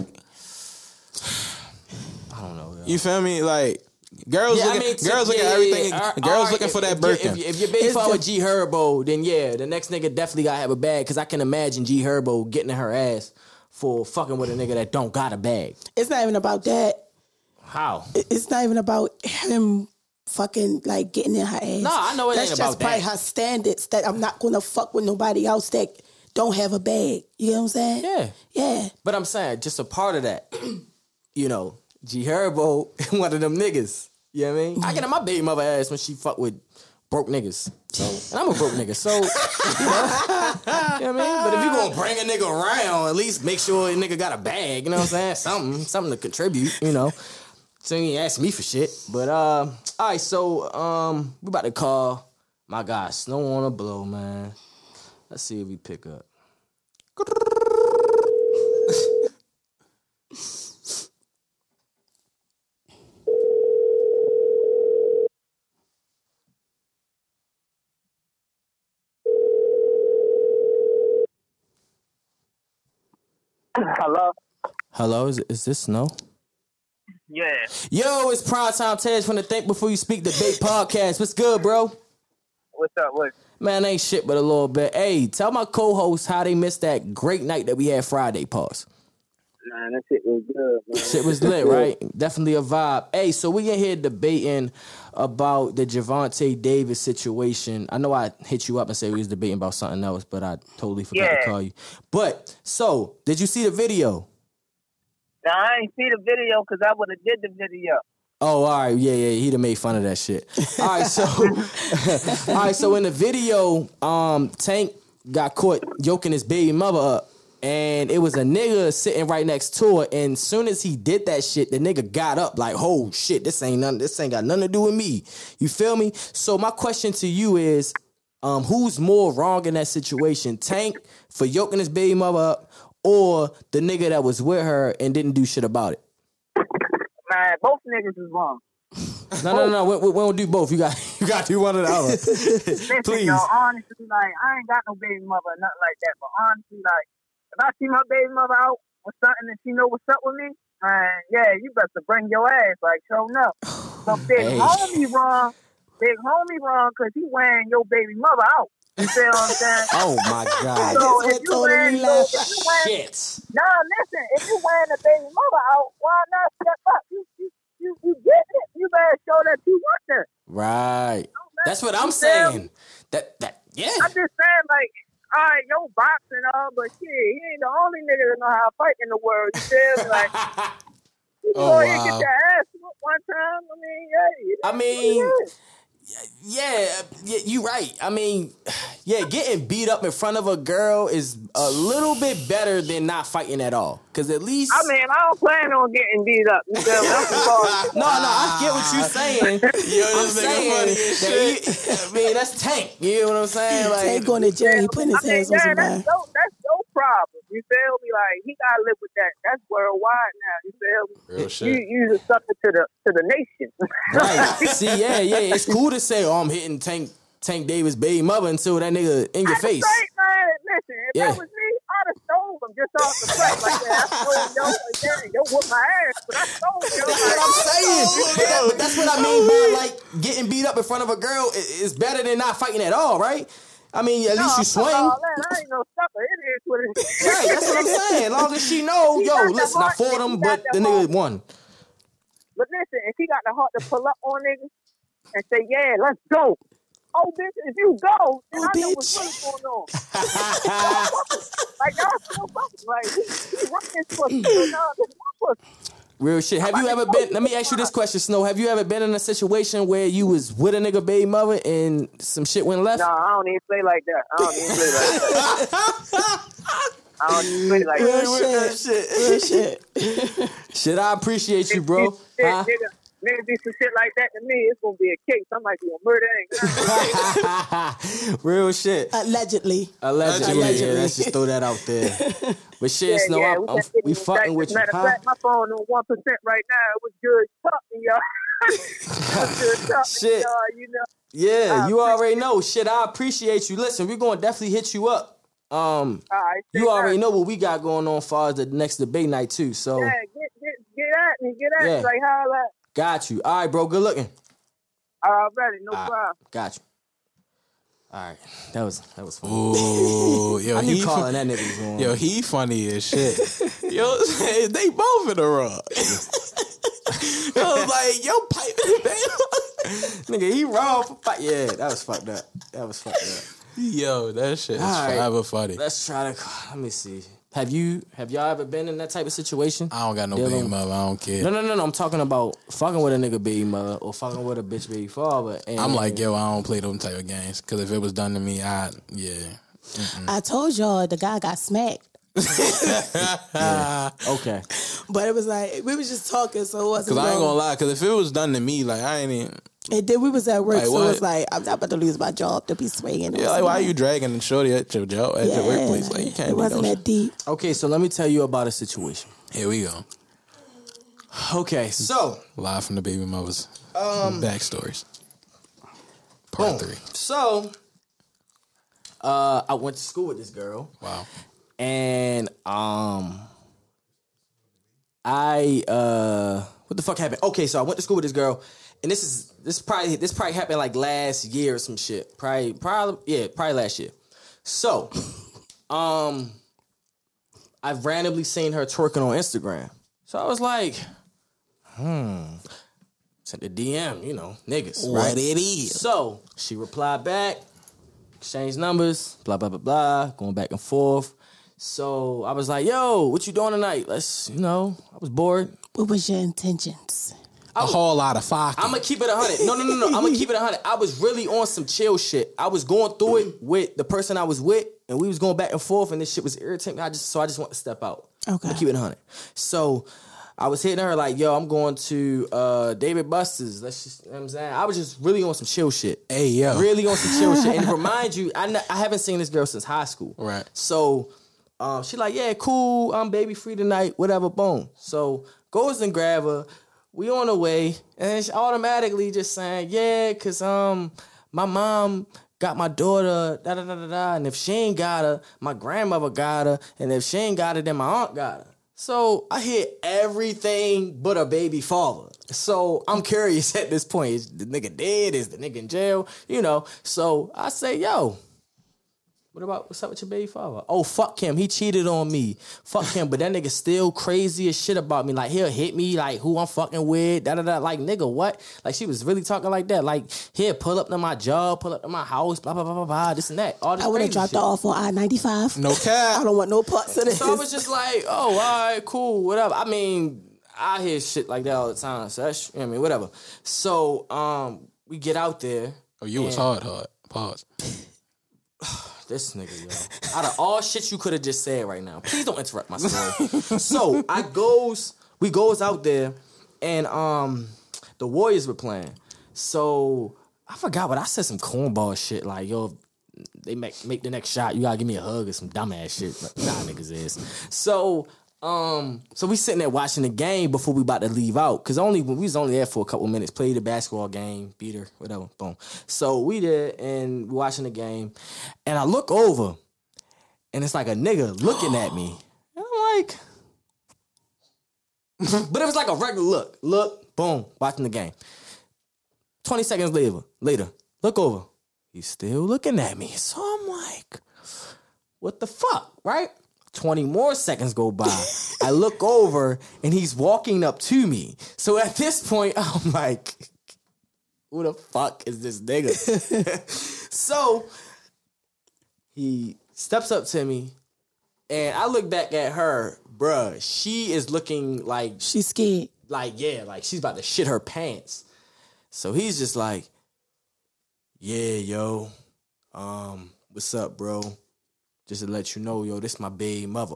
I don't know. You feel me? Like girls, Yeah, I looking, mean, to- girls look yeah, at yeah, everything. yeah. All right, all Girls right, looking if- for that if you- if Birkin. you- If, you're big fan with G Herbo, then yeah, the next nigga definitely gotta have a bag because I can imagine G Herbo getting in her ass for fucking with a nigga that don't got a bag. it's not even about that. How? It- It's not even about him fucking like getting in her ass. No, I know it That's ain't just about probably that. her standards that I'm not gonna fuck with nobody else that don't have a bag. You know what I'm saying? Yeah. Yeah. But I'm saying just a part of that. <clears throat> You know, G Herbo, <laughs> one of them niggas. You know what I mean? I get on my baby mother ass when she fuck with broke niggas. So, and I'm a broke nigga. So, <laughs> you know, <laughs> you know what I mean? But if you gonna bring a nigga around, at least make sure a nigga got a bag. You know what I'm saying? Something, something to contribute. You know. So you ain't ask me for shit. But uh, all right. So um, we about to call my guy Snow on a blow, man. Let's see if we pick up. Hello. Hello, is, is this Snow? Yeah. Yo, it's Prime Time Tej from the Think Before You Speak Debate Podcast. What's good, bro? What's up? What? Man, ain't shit but a little bit. Hey, tell my co-hosts how they missed that great night that we had Friday. Pause. Man, that shit was good. Man. Shit <laughs> was lit, right? Definitely a vibe. Hey, so we in here debating about the Javante Davis situation. I know I hit you up and say we was debating about something else, but I totally forgot Yeah. to call you. But so, did you see the video? Now, I ain't see the video because I would have did the video. Oh, all right, yeah, yeah, he'd have made fun of that shit. All right, so, <laughs> all right, so in the video, um, Tank got caught yoking his baby mother up, and it was a nigga sitting right next to her. And soon as he did that shit, the nigga got up like, "Oh shit, this ain't none, this ain't got nothing to do with me." You feel me? So my question to you is, um, who's more wrong in that situation, Tank for yoking his baby mother up, or the nigga that was with her and didn't do shit about it? Man, both niggas is wrong. No, no, no, no. We, we, we don't do both. You got <laughs> you got to do one or the other. Listen, Please. yo, honestly, like, I ain't got no baby mother or nothing like that. But honestly, like, if I see my baby mother out or something and she know what's up with me, man, yeah, you better bring your ass. Like, show <sighs> up. So big Hey. homie wrong. Big homie wrong because he wearing your baby mother out. You feel <laughs> what I'm saying? Oh my God. This So if one you totally wearing, your, left if you wearing, shit. nah, listen, if you wearing a baby mother out, why not step up? You, you, you, you get it. You better show that you want that. Right. That's what I'm You feel saying. That that yeah. I'm just saying, like, all right, yo, boxing all, but shit, he ain't the only nigga that know how to fight in the world. You feel me? <laughs> Like, you Oh, go ahead wow. and get your ass whooped one time. I mean, yeah. you know I what mean, it is. Yeah, yeah, you right. I mean, <sighs> yeah, getting beat up in front of a girl is a little bit better than not fighting at all. Cause at least I mean, I don't plan on getting beat up. You feel me? <laughs> I'm just going- No, no, I get what you're saying. <laughs> I'm this nigga saying funny as that you, I mean, that's tank. You know what I'm saying? Like, Tank going to jail. He putting his I mean, hands on yeah, somebody. that's your, that's your problem. You feel me? Like he gotta live with that. That's worldwide now. You feel me? Real You shit. you just sucker to the to the nation. Right. <laughs> See, yeah, yeah. It's cool to say, oh, I'm hitting Tank Tank Davis baby mother until that nigga in your face. Straight man, listen. If Yeah. that was me, I'd have stole them just off the plate. Like that, I stole yo, yeah, yo, whoop my ass, but I stole yo. That's what I'm saying. But that- but that's what I mean by like getting beat up in front of a girl i- is better than not fighting at all, right? I mean, at least you swing. Right, All that. I ain't no sucker. It is what it is. that's what I'm saying. As long as she know, She yo, got the listen, I heart, fought she him, got but the nigga heart. won. But listen, if he got the heart to pull up on niggas and say, "Yeah, let's go," oh bitch, if you go, then Oh, I know what's bitch. really <laughs> going on. Y'all fucking. like y'all still fucking. Like he, he running for still now. Real shit. Have you ever been? Let me ask you this question, Snow. Have you ever been in a situation where you was with a nigga baby mother and some shit went left? No, I don't even play like that. I don't even play like that. I don't even play like Real that. <laughs> shit. Real <laughs> shit. Shit, I appreciate you, <laughs> bro. Shit, Huh? nigga, nigga do some shit like that to me, it's gonna be a case. I might be a murder. <laughs> Real Uh, shit. Allegedly. Uh. Allegedly. Allegedly. Yeah, let's just throw that out <laughs> there. But shit, Snow, I, we, am got we getting fucking back. with As a you. Matter of Huh? fact, my phone on one percent right now. It was good talking, y'all. <laughs> It was <laughs> good talking, Shit. y'all. You know. Yeah, you already know. Shit, I appreciate you. Listen, we're gonna definitely hit you up. Um, right, you already know what we got going on as far as the next debate night too. So Yeah, get, get, get at me. Get at Yeah. me. Like, how like, got you. All right, bro. Good looking. already, no Ah. problem. Got you. All right, that was that was funny. Ooh, yo, I knew he calling that fun- nigga was going. <laughs> Yo, he funny as shit. yo, <laughs> they both in the wrong. <laughs> I was like, yo, pipe it, nigga, he wrong for fight. Yeah, that was fucked up. That was fucked up. <laughs> Yo, that shit is All right. forever funny. Let's try to. Let me see. Have you have y'all ever been in that type of situation? I don't got no Dylan. baby mother. I don't care. No, no, no, no. I'm talking about fucking with a nigga baby mother or fucking with a bitch baby father. And I'm like, yo, I don't play them type of games. Because if it was done to me, I yeah. I told y'all the guy got smacked. okay. But it was like we was just talking, so it Because wasn't. I ain't long. gonna lie. Because if it was done to me, like I ain't. Even, And then we was at work, Like, so what? it was like I'm not about to lose my job to be swinging. yeah, like why are you dragging the shorty at your job at your Yeah, workplace? Like you can't. It do wasn't those- that deep. Okay, so let me tell you about a situation. Here we go. Okay, so Live from the baby mother's um, backstories. Part three. so uh, I went to school with this girl. Wow. and um I uh what the fuck happened? Okay, so I went to school with this girl, and this is this probably this probably happened like last year or some shit. Probably probably yeah, probably last year. So <coughs> um I've randomly seen her twerking on Instagram. So I was like, hmm. Sent a DM, you know, niggas. What right? it is. So she replied back, exchanged numbers, blah blah blah blah, going back and forth. So I was like, "Yo, what you doing tonight?" Let's, you know, I was bored. What was your intentions? Oh. A whole lot of fuck. I'm gonna keep it a hundred. No, no, no, no. I'm gonna keep it a hundred. I was really on some chill shit. I was going through it with the person I was with, and we was going back and forth, and this shit was irritating. I just, so I just want to step out. Okay. I'ma keep it a hundred. So I was hitting her like, "Yo, I'm going to uh David Buster's." Let's just, you know what I'm saying, I was just really on some chill shit. Hey yo. Really on some chill shit. And <laughs> to remind you, I, kn- I haven't seen this girl since high school. Right. So um, she like, yeah, cool. I'm baby free tonight. Whatever. Boom. So goes and grab her. We on the way, and she automatically just saying, yeah, cause um, my mom got my daughter. Da da da da da. And if she ain't got her, my grandmother got her. And if she ain't got her, then my aunt got her. So I hear everything but a baby father. So I'm curious <laughs> at this point. Is the nigga dead? Is the nigga in jail? You know. So I say, yo, what about what's up with your baby father? Oh fuck him, he cheated on me. Fuck him, but that nigga still crazy as shit about me. Like he'll hit me, like who I'm fucking with, da da da. Like nigga, what? Like she was really talking like that. Like he'll pull up to my job, pull up to my house, blah blah blah blah blah. This and that. All this I would have crazy dropped shit. her off on I ninety <laughs> five. No cap. I don't want no parts of this. So I was just like, oh, all right, cool, whatever. I mean, I hear shit like that all the time. So that's, I mean, whatever. So um, we get out there. Oh, you was and hard, hard. Pause. This nigga, yo. Out of all shit you could have just said right now, please don't interrupt my story. so I goes, we goes out there, and um, the Warriors were playing. So I forgot what I said. Some cornball shit like, yo, they make make the next shot, you gotta give me a hug or some dumbass shit. Like, nah, niggas is. So, um, so we sitting there watching the game before we about to leave out, cause only we was only there for a couple minutes. Played the basketball game, beat her, whatever. Boom. So we there and we watching the game, and I look over, and it's like a nigga looking at me, and <gasps> I'm like, <laughs> but it was like a regular look, look, boom, watching the game. Twenty seconds later, later, look over. He's still looking at me. So I'm like, what the fuck, right? 20 more seconds go by. I look over and he's walking up to me. So at this point, <laughs> I'm like, who the fuck is this nigga? so he steps up to me and I look back at her, bruh, she is looking like she's scared. Like yeah, like she's about to shit her pants. So he's just like, yeah, yo, um, what's up, bro? Just to let you know, yo, this my baby mother.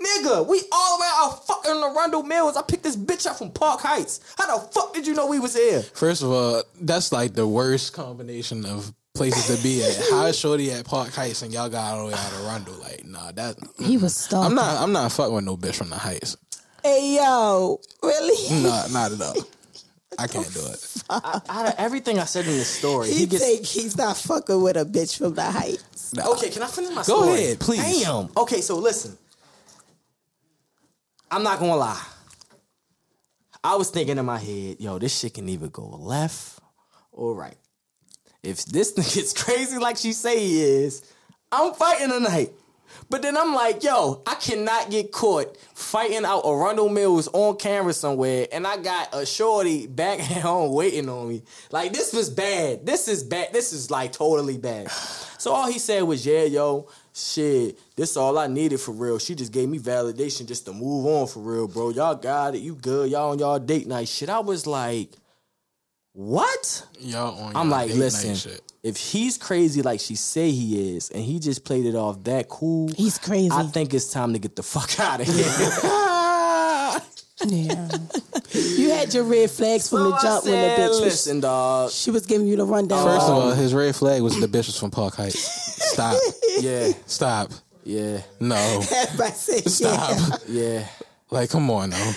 Nigga, we all around our fucking Arundel Mills. I picked this bitch up from Park Heights. How the fuck did you know we was here? First of all, that's like the worst combination of places to be at. <laughs> How is Shorty at Park Heights and y'all got all the way out of Rondo? Like, nah, that he was stalking. I'm not. <laughs> I'm not fucking with no bitch from the Heights. Hey yo, <laughs> Mm. really? Nah, not at all. I can't do it. I- out of everything I said in this story, He, he gets think he's not fucking with a bitch from the heights. Okay, can I finish my Go story? ahead, please. Damn. Okay, so listen. I'm not gonna lie. I was thinking in my head, yo, this shit can either go left or right. If this <laughs> nigga's crazy like she say he is, I'm fighting tonight. But then I'm like, yo, I cannot get caught fighting out Arundel Mills on camera somewhere, and I got a shorty back <laughs> at home waiting on me. Like this was bad. This is bad. This is like totally bad. <sighs> So all he said was, yeah, yo, shit, this all I needed for real. She just gave me validation just to move on for real, bro. Y'all got it. You good? Y'all on y'all date night shit. I was like, what? Y'all on. I'm y'all like, date night listen, shit. if he's crazy like she say he is, and he just played it off that cool, he's crazy. I think it's time to get the fuck <laughs> out of here. yeah. You had your red flags from the I jump when the said, bitch was- listen, Oh. dog. she was giving you the rundown. <laughs> First of all, Um, his red flag was the bitch was from Park Heights. <laughs> Stop. Yeah. Stop. Yeah. No. Everybody said, Stop. <laughs> Yeah. Like, come on now.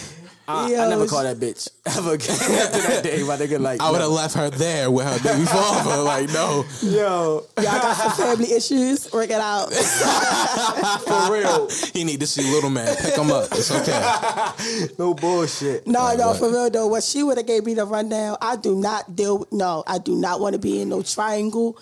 I, Yo, I never she- call that bitch <laughs> ever again after that day. My nigga, like, I would have no. left her there with her baby father. Like, no. <laughs> Yo, y'all got some family issues. Work it out. <laughs> For real. he need to see little man. Pick him up. It's <laughs> okay. <laughs> no bullshit. No, no, what? for real though. What she would have gave me the rundown. I do not deal. with- No, I do not want to be in no triangle.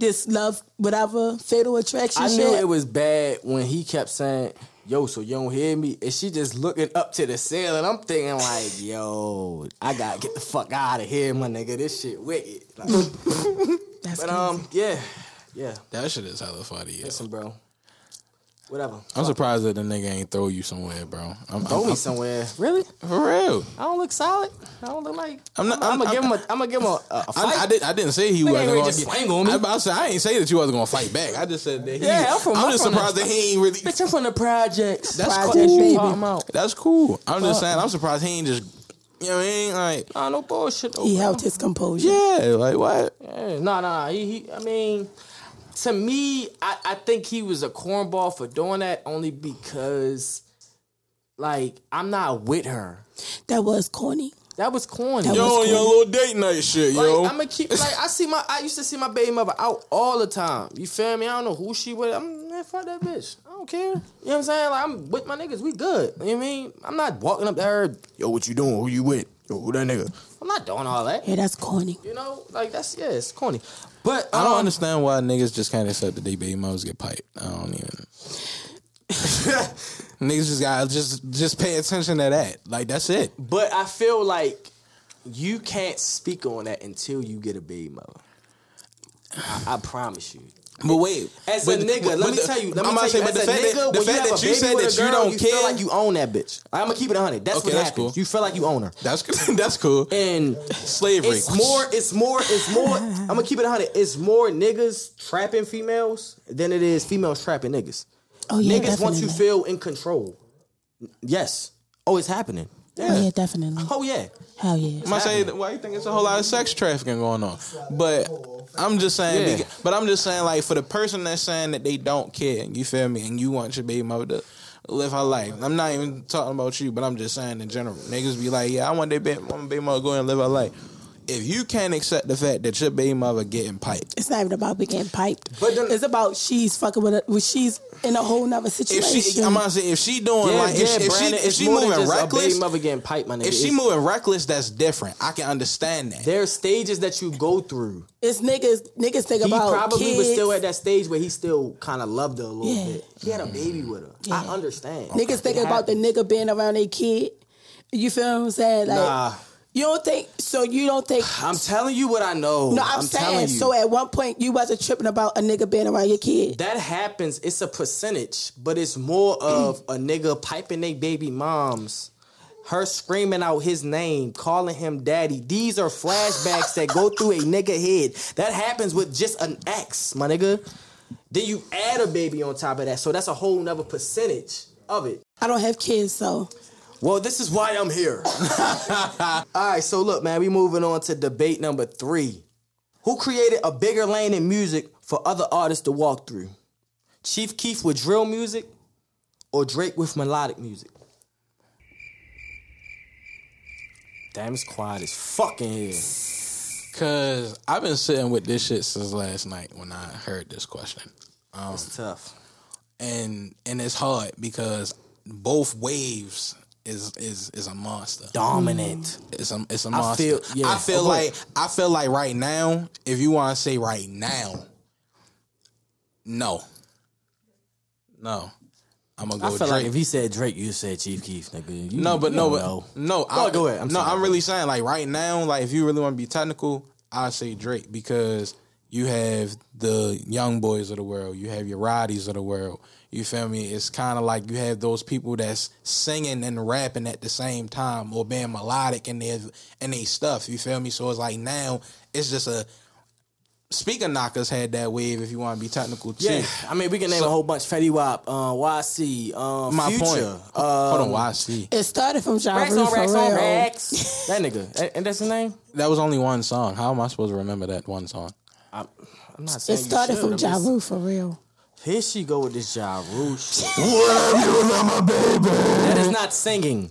This love, whatever, fatal attraction. I shit. knew it was bad when he kept saying, "Yo, so you don't hear me?" And she just looking up to the ceiling. I'm thinking like, "Yo, I gotta get the fuck out of here, my nigga. This shit wicked." <laughs> Like, but um, yeah, yeah. That shit is hella funny. yo. Listen, bro. Whatever. I'm surprised that the nigga ain't throw you somewhere, bro. I'm, Throw I'm, me I'm- somewhere. Really? For real. I don't look solid. I don't look like. I'm not- I'm, I'm- gonna give him I'm- a. I'm gonna give him a. a, a fight. I, I, did, I didn't say he Nigga wasn't ain't going really to just swing on me. I, I, said, I ain't say that you wasn't going to fight back. I just said that he. yeah, I'm from. I'm, I'm just from the- surprised that he ain't really. Bitch, I'm from the projects. That's Projects cool. you Baby. talking about. That's cool. I'm just Fuck. saying. I'm surprised he ain't just. You know what I mean? Like, Nah, no bullshit. though, He bro. held his composure. yeah, like what? Yeah, no, no, he, he. I mean, to me, I, I think he was a cornball for doing that only because, like, I'm not with her. That was corny. That was corny. That Yo, was on your cool. little date night shit, like, yo. I'm gonna keep like <laughs> I see my. I used to see my baby mother out all the time. You feel me? I don't know who she with. I'm man, fuck that bitch. I don't care. You know what I'm saying? Like I'm with my niggas. We good. You know what I mean? I'm not walking up there. Yo, what you doing? Who you with? Yo, who that nigga? I'm not doing all that. Yeah, that's corny. You know, like that's yeah, it's corny. But I um, don't understand why niggas just can't accept that they baby moms get piped. I don't even. <laughs> niggas just gotta just just pay attention to that. Like that's it. But I feel like you can't speak on that until you get a baby mother. I, I promise you. But wait, As but- a nigga, but let me the- tell you. Let I'm me about tell to you. say, but As a the fact nigga, when that the fact you have that a you baby said with a that you girl, don't you care, feel like you own that bitch. I'm gonna keep it hundred. That's Okay, what that's happens. cool. You feel like you own her, that's that's cool. <laughs> and Slavery. it's more. It's more. It's more. I'm gonna keep it hundred. It's more niggas trapping females than it is females trapping niggas. Oh yeah, niggas definitely. want you feel in control. Yes. Oh, it's happening. Oh yeah, definitely. Oh yeah. Hell yeah. I'm not saying why you think it's a whole lot of sex trafficking going on, but I'm just saying. Yeah. beca- But I'm just saying, like for the person that's saying that they don't care, you feel me, and you want your baby mother to live her life. I'm not even talking about you, but I'm just saying in general, niggas be like, yeah, I want their baby, want my baby mother to go and live her life. If you can't accept the fact that your baby mother getting piped, It's not even about we getting piped. But then- it's about she's fucking with. A, well, she's in a whole nother if situation. she, I'm not saying if she doing like if, she- if Brandon, she if it's she more than moving just a baby reckless, mother getting piped, my nigga. if she It's- moving reckless, that's different. I can understand that. there are stages that you go through. it's niggas. Niggas think He about probably kids. was still at that stage where he still kind of loved her a little Yeah. bit. He had a baby with her. I Yeah. understand. Niggas It thinking about the happened. nigga being around their kid. You feel what I'm saying? Like, Nah. You don't think so? You don't think? I'm telling you what I know. No, I'm, I'm saying. telling you. So at one point, you wasn't tripping about a nigga being around your kid. That happens. It's a percentage, but it's more of a nigga piping they baby moms, her screaming out his name, calling him daddy. These are flashbacks that go through a nigga head. That happens with just an ex, my nigga. Then you add a baby on top of that, so that's a whole nother percentage of it. I don't have kids, so. Well, this is why I'm here. <laughs> All right, so look, man, we moving on to debate number three. Who created a bigger lane in music for other artists to walk through? Chief Keef with drill music or Drake with melodic music? Damn, it's quiet as fucking here. Cause I've been sitting with this shit since last night when I heard this question. Um, it's tough, and and it's hard because both waves is is is a monster. Dominant. It's a it's a I monster. I feel- feel, yeah, oh, of like course. I feel like right now, if you want to say right now, no, no, I'm gonna I go. feel Drake. like if he said Drake, you said Chief Keef, nigga. You- No, but you no, don't but know. no. Go ahead, go ahead. I'm no, sorry. I'm really saying like right now, like if you really want to be technical, I say Drake because you have the young boys of the world, you have your Roddies of the world. You feel me? It's kind of like you have those people that's singing and rapping at the same time or being melodic in their in their stuff. You feel me? So it's like now it's just a speaker knockers had that wave. If you want to be technical, too. Yeah, I mean, we can name So- a whole bunch. Fetty Wap, uh, YC, uh, My Future. Um, point. Hold on, YC. It started from John Racks Rue, on for racks on real. <laughs> racks. That nigga. And- And that's his name? That was only one song. How am I supposed to remember that one song? I'm, I'm not It saying you started should, from I'm Ja just- Rule, for real. Here she go with this Ja <laughs> Rule shit. That is not singing.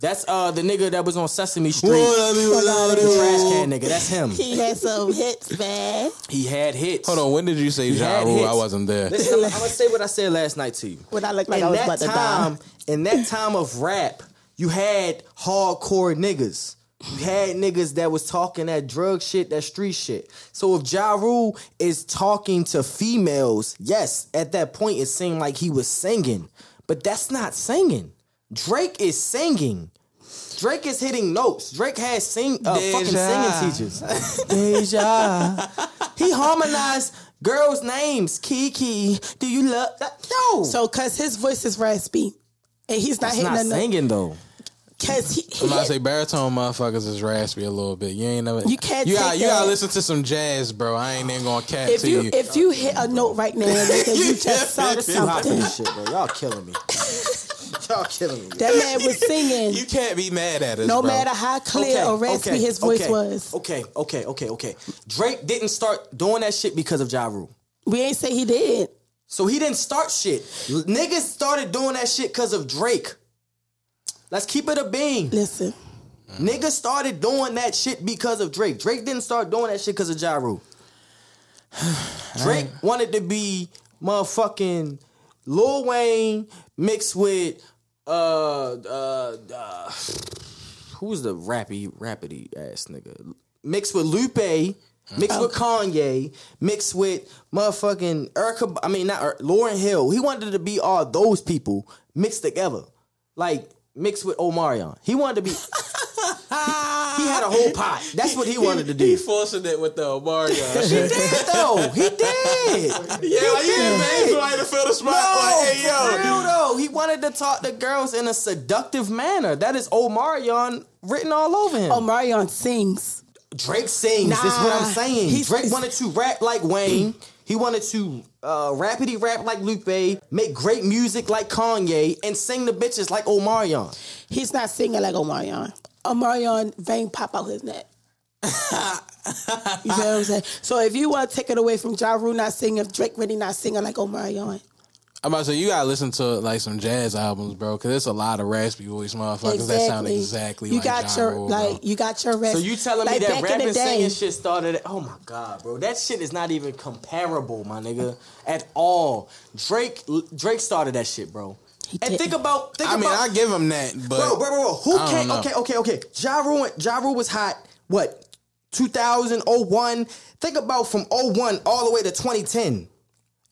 That's uh the nigga that was on Sesame Street. Would I be without The you? trash can nigga. That's him. He had some hits, man. He had hits. Hold on, when did you say He Ja had Rule? I hits. wasn't there. Listen, I'm, I'm gonna say what I said last night to you. When I looked like in I was that about to time, die. in that time of rap, you had hardcore niggas. You had niggas that was talking that drug shit, that street shit. So if Ja Rule is talking to females, yes, at that point it seemed like he was singing, but that's not singing. Drake is singing. Drake is hitting notes. Drake has sing uh, fucking Deja. singing teachers. Deja. he harmonized girls' names. Kiki, do you love that? No. So, cause his voice is raspy, and he's not It's hitting not enough. singing though. Cause he, he I'm about to hit- say baritone motherfuckers is raspy a little bit. You ain't never. You can't You gotta, take you that. gotta listen to some jazz, bro. I ain't even gonna cap if to you, you. if you hit a note <laughs> right now, nigga, you just sung Too hot for something. this shit, bro. Y'all killing me. <laughs> Y'all killing me. That man was singing. you can't be mad at us. no bro. matter how clear or raspy okay, his voice okay, was. Okay, okay, okay, okay. Drake didn't start doing that shit because of Ja Rule. We ain't say he did. So he didn't start shit. L- Niggas started doing that shit because of Drake. Let's keep it a being. Listen, Niggas started doing that shit because of Drake. Drake didn't start doing that shit because of Ja Rule. Drake wanted to be motherfucking Lil Wayne mixed with uh uh, uh who's the rappy rapidy ass nigga mixed with Lupe, mixed with Kanye, mixed with motherfucking Erica. I mean not er, Lauren Hill. He wanted to be all those people mixed together, like mixed with Omarion. He wanted to be. he, he had a whole pot. That's what he wanted to <laughs> He do. forcing it with <laughs> the Omarion. He did though. He did. yeah, like you didn't pay somebody to fill the spot. No, like, hey yo, Oh, for real though. He wanted to talk to girls in a seductive manner. That is Omarion written all over him. Omarion sings. Um, Drake sings. That's Nah. what I'm saying. He's- Drake wanted to rap like <clears throat> Wayne. He wanted to uh, rapidy rap like Lupe, make great music like Kanye, and sing the bitches like Omarion. He's not singing like Omarion. Omarion vein pop out his neck. you know what I'm saying? So if you want to take it away from Ja Rule not singing, if Drake really not singing like Omarion, I'm about to say you gotta listen to like some jazz albums, bro, because it's a lot of raspy voice motherfuckers that sound exactly you like got Ja your Rule, bro. like you got your rest. So you telling like, me that back in rap the and day- singing shit started? At, oh my god, bro, that shit is not even comparable, my nigga, at all. Drake, Drake started that shit, bro. And did. think about, think I mean, about, I give him that, but bro, bro, bro, bro. Who I don't came? know. Okay, okay, okay. Ja Rule, ja Rule was hot. What? 2000, 01. Think about from 01 all the way to 2010.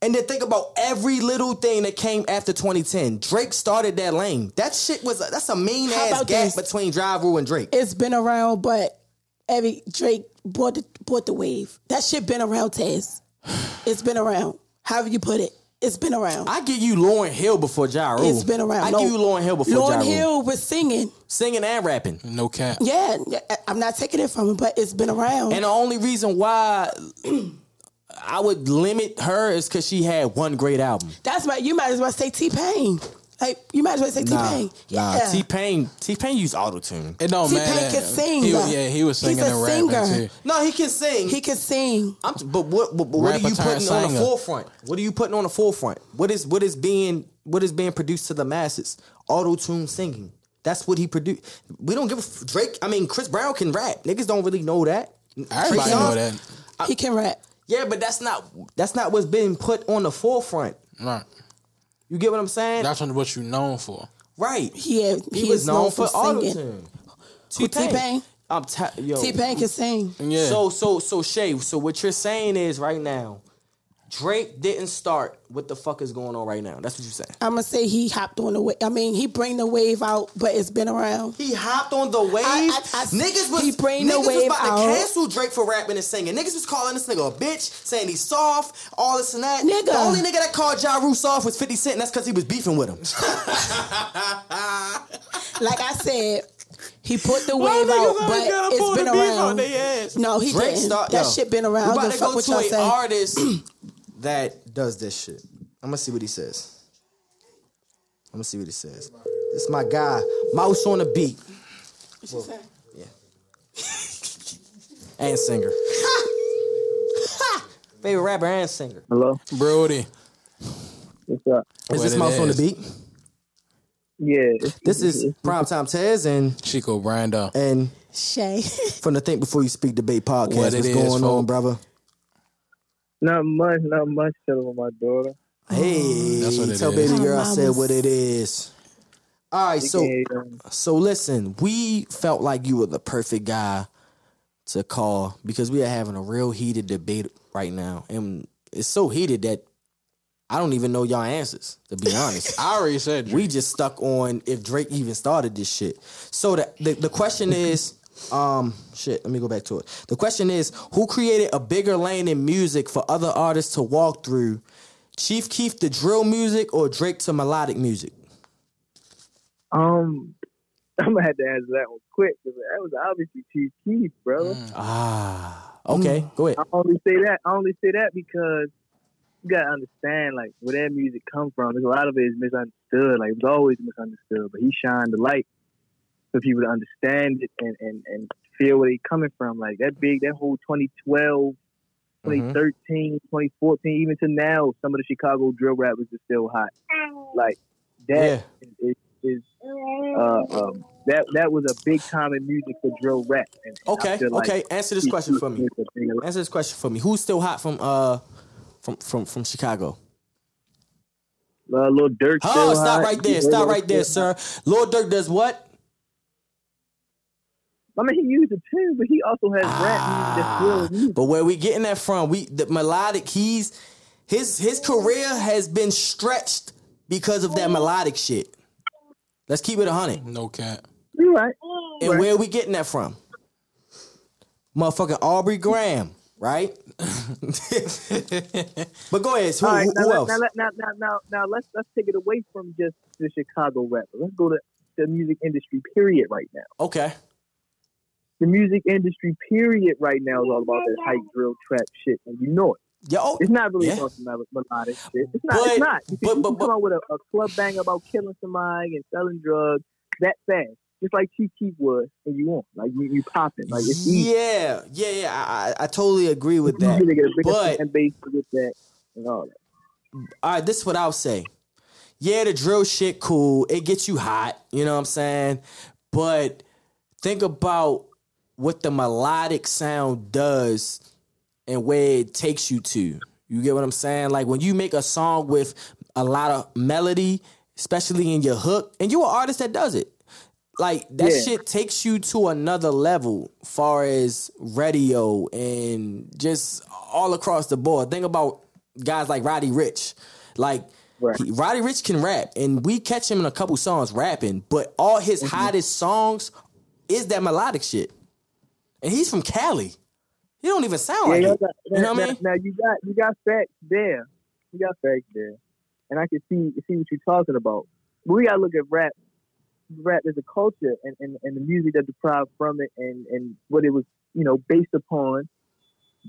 And then think about every little thing that came after 2010. Drake started that lane. That shit was a, that's a mean How ass about gap this? between Ja Rule and Drake. It's been around, but every Drake bought the bought the wave. That shit been around, Taz. It's been around. However you put it, it's been around. I give you Lauren Hill before Ja Rule. It's been around. I No. give you Lauren Hill before Lauryn Ja Rule. Hill Mm-hmm. was singing. Singing and rapping. No cap. Yeah, yeah, I- I'm not taking it from him, but it's been around. And the only reason why I would limit her is because she had one great album. That's why you might as well say T Pain. Like you might as well say T Pain. nah. yeah. T Pain, T Pain used auto tune. It don't T-Pain matter. can sing. He was- yeah, he was He's singing a and rapping singer. too. No, he can sing. He can sing. I'm, but what? But, but what are Rapper you turned putting on the singer. forefront? What are you putting on the forefront? What is what is being what is being produced to the masses? Auto tune singing. That's what he produced. We don't give a f- Drake. I mean, Chris Brown can rap. Niggas don't really know that. Everybody know that. he can rap. Yeah, but that's not that's not what's been put on the forefront. Right. You get what I'm saying? That's what you known for. Right. He, He, he was is known, known for for autotune. singing. Who, T-Pain? I'm ta- yo. T Pain can sing. So so so Shay. So what you're saying is right now, Drake didn't start what the fuck is going on right now. That's what you're saying. I'm gonna say he hopped on the wave. I mean, he bring the wave out, but it's been around. He hopped on the wave. I- I- I- niggas was he bring the niggas was wave about to out. cancel Drake for rapping and singing. Niggas was calling this nigga a bitch, saying he's soft, all this and that. Nigga. The only nigga that called Ja Rule soft was 50 Cent, and that's because he was beefing with him. Like I said, he put the Why wave niggas out, always gotta but pull it's been the beef on around. they ass? No, he Drake didn't. start- that yo, shit been We around. I about don't to fuck go what to y'all an say. <clears throat> artist that does this shit. I'm gonna see what he says. I'm gonna see what he says. This my guy, Mouse on the beat What you say? <laughs> and singer. <laughs> Favorite rapper and singer. Hello, Brody. What's up? Is What this it Mouse on the is. beat? Yeah. This is Prime Time Tez and Chico Brando and Shay. from the Think Before You Speak debate podcast. What it What's is, going on, folk? brother? Not much, not much. Chilling with my daughter. Hey, That's what it tell is. baby girl I Hi, said mamas. what it is. All right, She so can't hear me. so listen, we felt like you were the perfect guy to call because we are having a real heated debate right now, and it's so heated that I don't even know y'all answers. To be honest, I already said we just stuck on if Drake even started this shit. So the the, the question is, um, shit. Let me go back to it. The question is, who created a bigger lane in music for other artists to walk through? Chief Keef to drill music or Drake to melodic music? Um, <laughs> I'm gonna have to answer that one quick because that was obviously Chief Keith, bro. Ah, okay. Go ahead. I only say that. I only say that because you gotta understand, like where that music come from. There's a lot of it is misunderstood. Like it was always misunderstood, but he shined the light for people to understand it and and and feel where they coming from. Like that big, that whole 2012. Mm-hmm. 2013, 2014, even to now, some of the Chicago drill rappers are still hot. Like that is is, uh, um, that that was a big time in music for drill rap. And, and I Okay, feel like okay. Answer this he- question he- for me. he's a big- Answer this question for me. Who's still hot from uh from from from Chicago? Uh, little Dirk. Oh, still stop hot. right there. He- Stop right there, sir. Lord Dirk does what? I mean, he used it too, but he also has rap music Ah. that's drill music. But where we getting that from? We the melodic. He's his his career has been stretched because of that melodic shit. Let's keep it a hundred. No cap. You're right. And where we getting that from? Motherfucking Aubrey Graham, right? <laughs> but go ahead. Who, All right, who- now, who let- else? Now, let- now, now, now, now, let's let's take it away from just the Chicago rapper. Let's go to the music industry. Period. Right now. Okay. the music industry period right now is all about that hype drill trap shit and you know it Yo, oh, it's not really yeah. about some melodic shit it's not But- it's not because but- you but- can come out with a, a club bang about killing somebody and selling drugs that fast just like Chief Keef was and you on like you, you popping like it's easy yeah, yeah, yeah. I, I I totally agree with that. you get a bigger But fan base to get that and all that all right, this is what I'll say. Yeah, the drill shit cool. It gets you hot. You know what I'm saying? But think about what the melodic sound does and where it takes you to. You get what I'm saying? Like when you make a song with a lot of melody, especially in your hook, and you're an artist that does it. Like that Yeah. shit takes you to another level far as radio and just all across the board. Think about guys like Roddy Rich. Like he- Roddy Rich can rap, and we catch him in a couple songs rapping, but all his hottest songs is that melodic shit. And he's from Cali. He don't even sound like y'all it. got- You know now- what I mean? Now you got you got facts there. You got facts there, and I can see see what you're talking about. But we gotta look at rap, rap as a culture, and, and, and the music that deprived from it, and and what it was, you know, based upon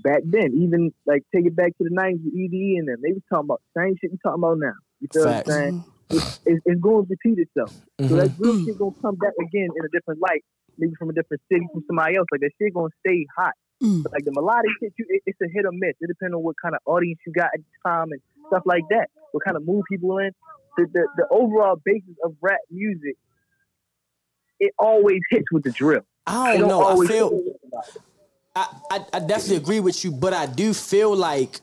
back then. Even like take it back to the '90s with EDE and them. They was talking about the same shit we talking about now. You feel Facts. what I'm saying? It's, it's, it's going to repeat itself. So that real shit gonna come back again in a different light, maybe from a different city, from somebody else. Like that shit gonna stay hot. But like the melodic shit, you, it, it's a hit or miss. It depends on what kind of audience you got at the time and stuff like that. What kind of mood people in. The, the the overall basis of rap music, it always hits with the drill. I It don't know. I always feel hit with the- I, I, I definitely agree with you, but I do feel like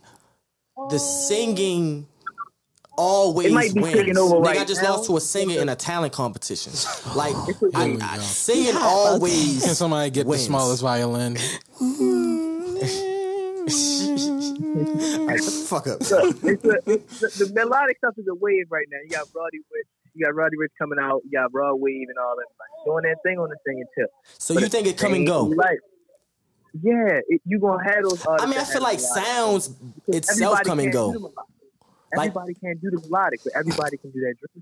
the singing always It might be wins. taking over Nigga, right I just now. lost to a singer <laughs> in a talent competition. <laughs> Like There I, we I, go. singing always. Can somebody get wins. the smallest violin? Like, shut the fuck up. Look, it's a, it's, the, the melodic stuff is a wave right now. You got Roddy Rich, you got Roddy Rich coming out, you got Broad Wave and all that, like, doing that thing on the singing tip. <laughs> So But you it's think it come and same go? Like, yeah, it, you gonna have those. I mean, I feel like sounds itself everybody come and can't do the go. melodic. Everybody can't do the melodic, but everybody can do that drill.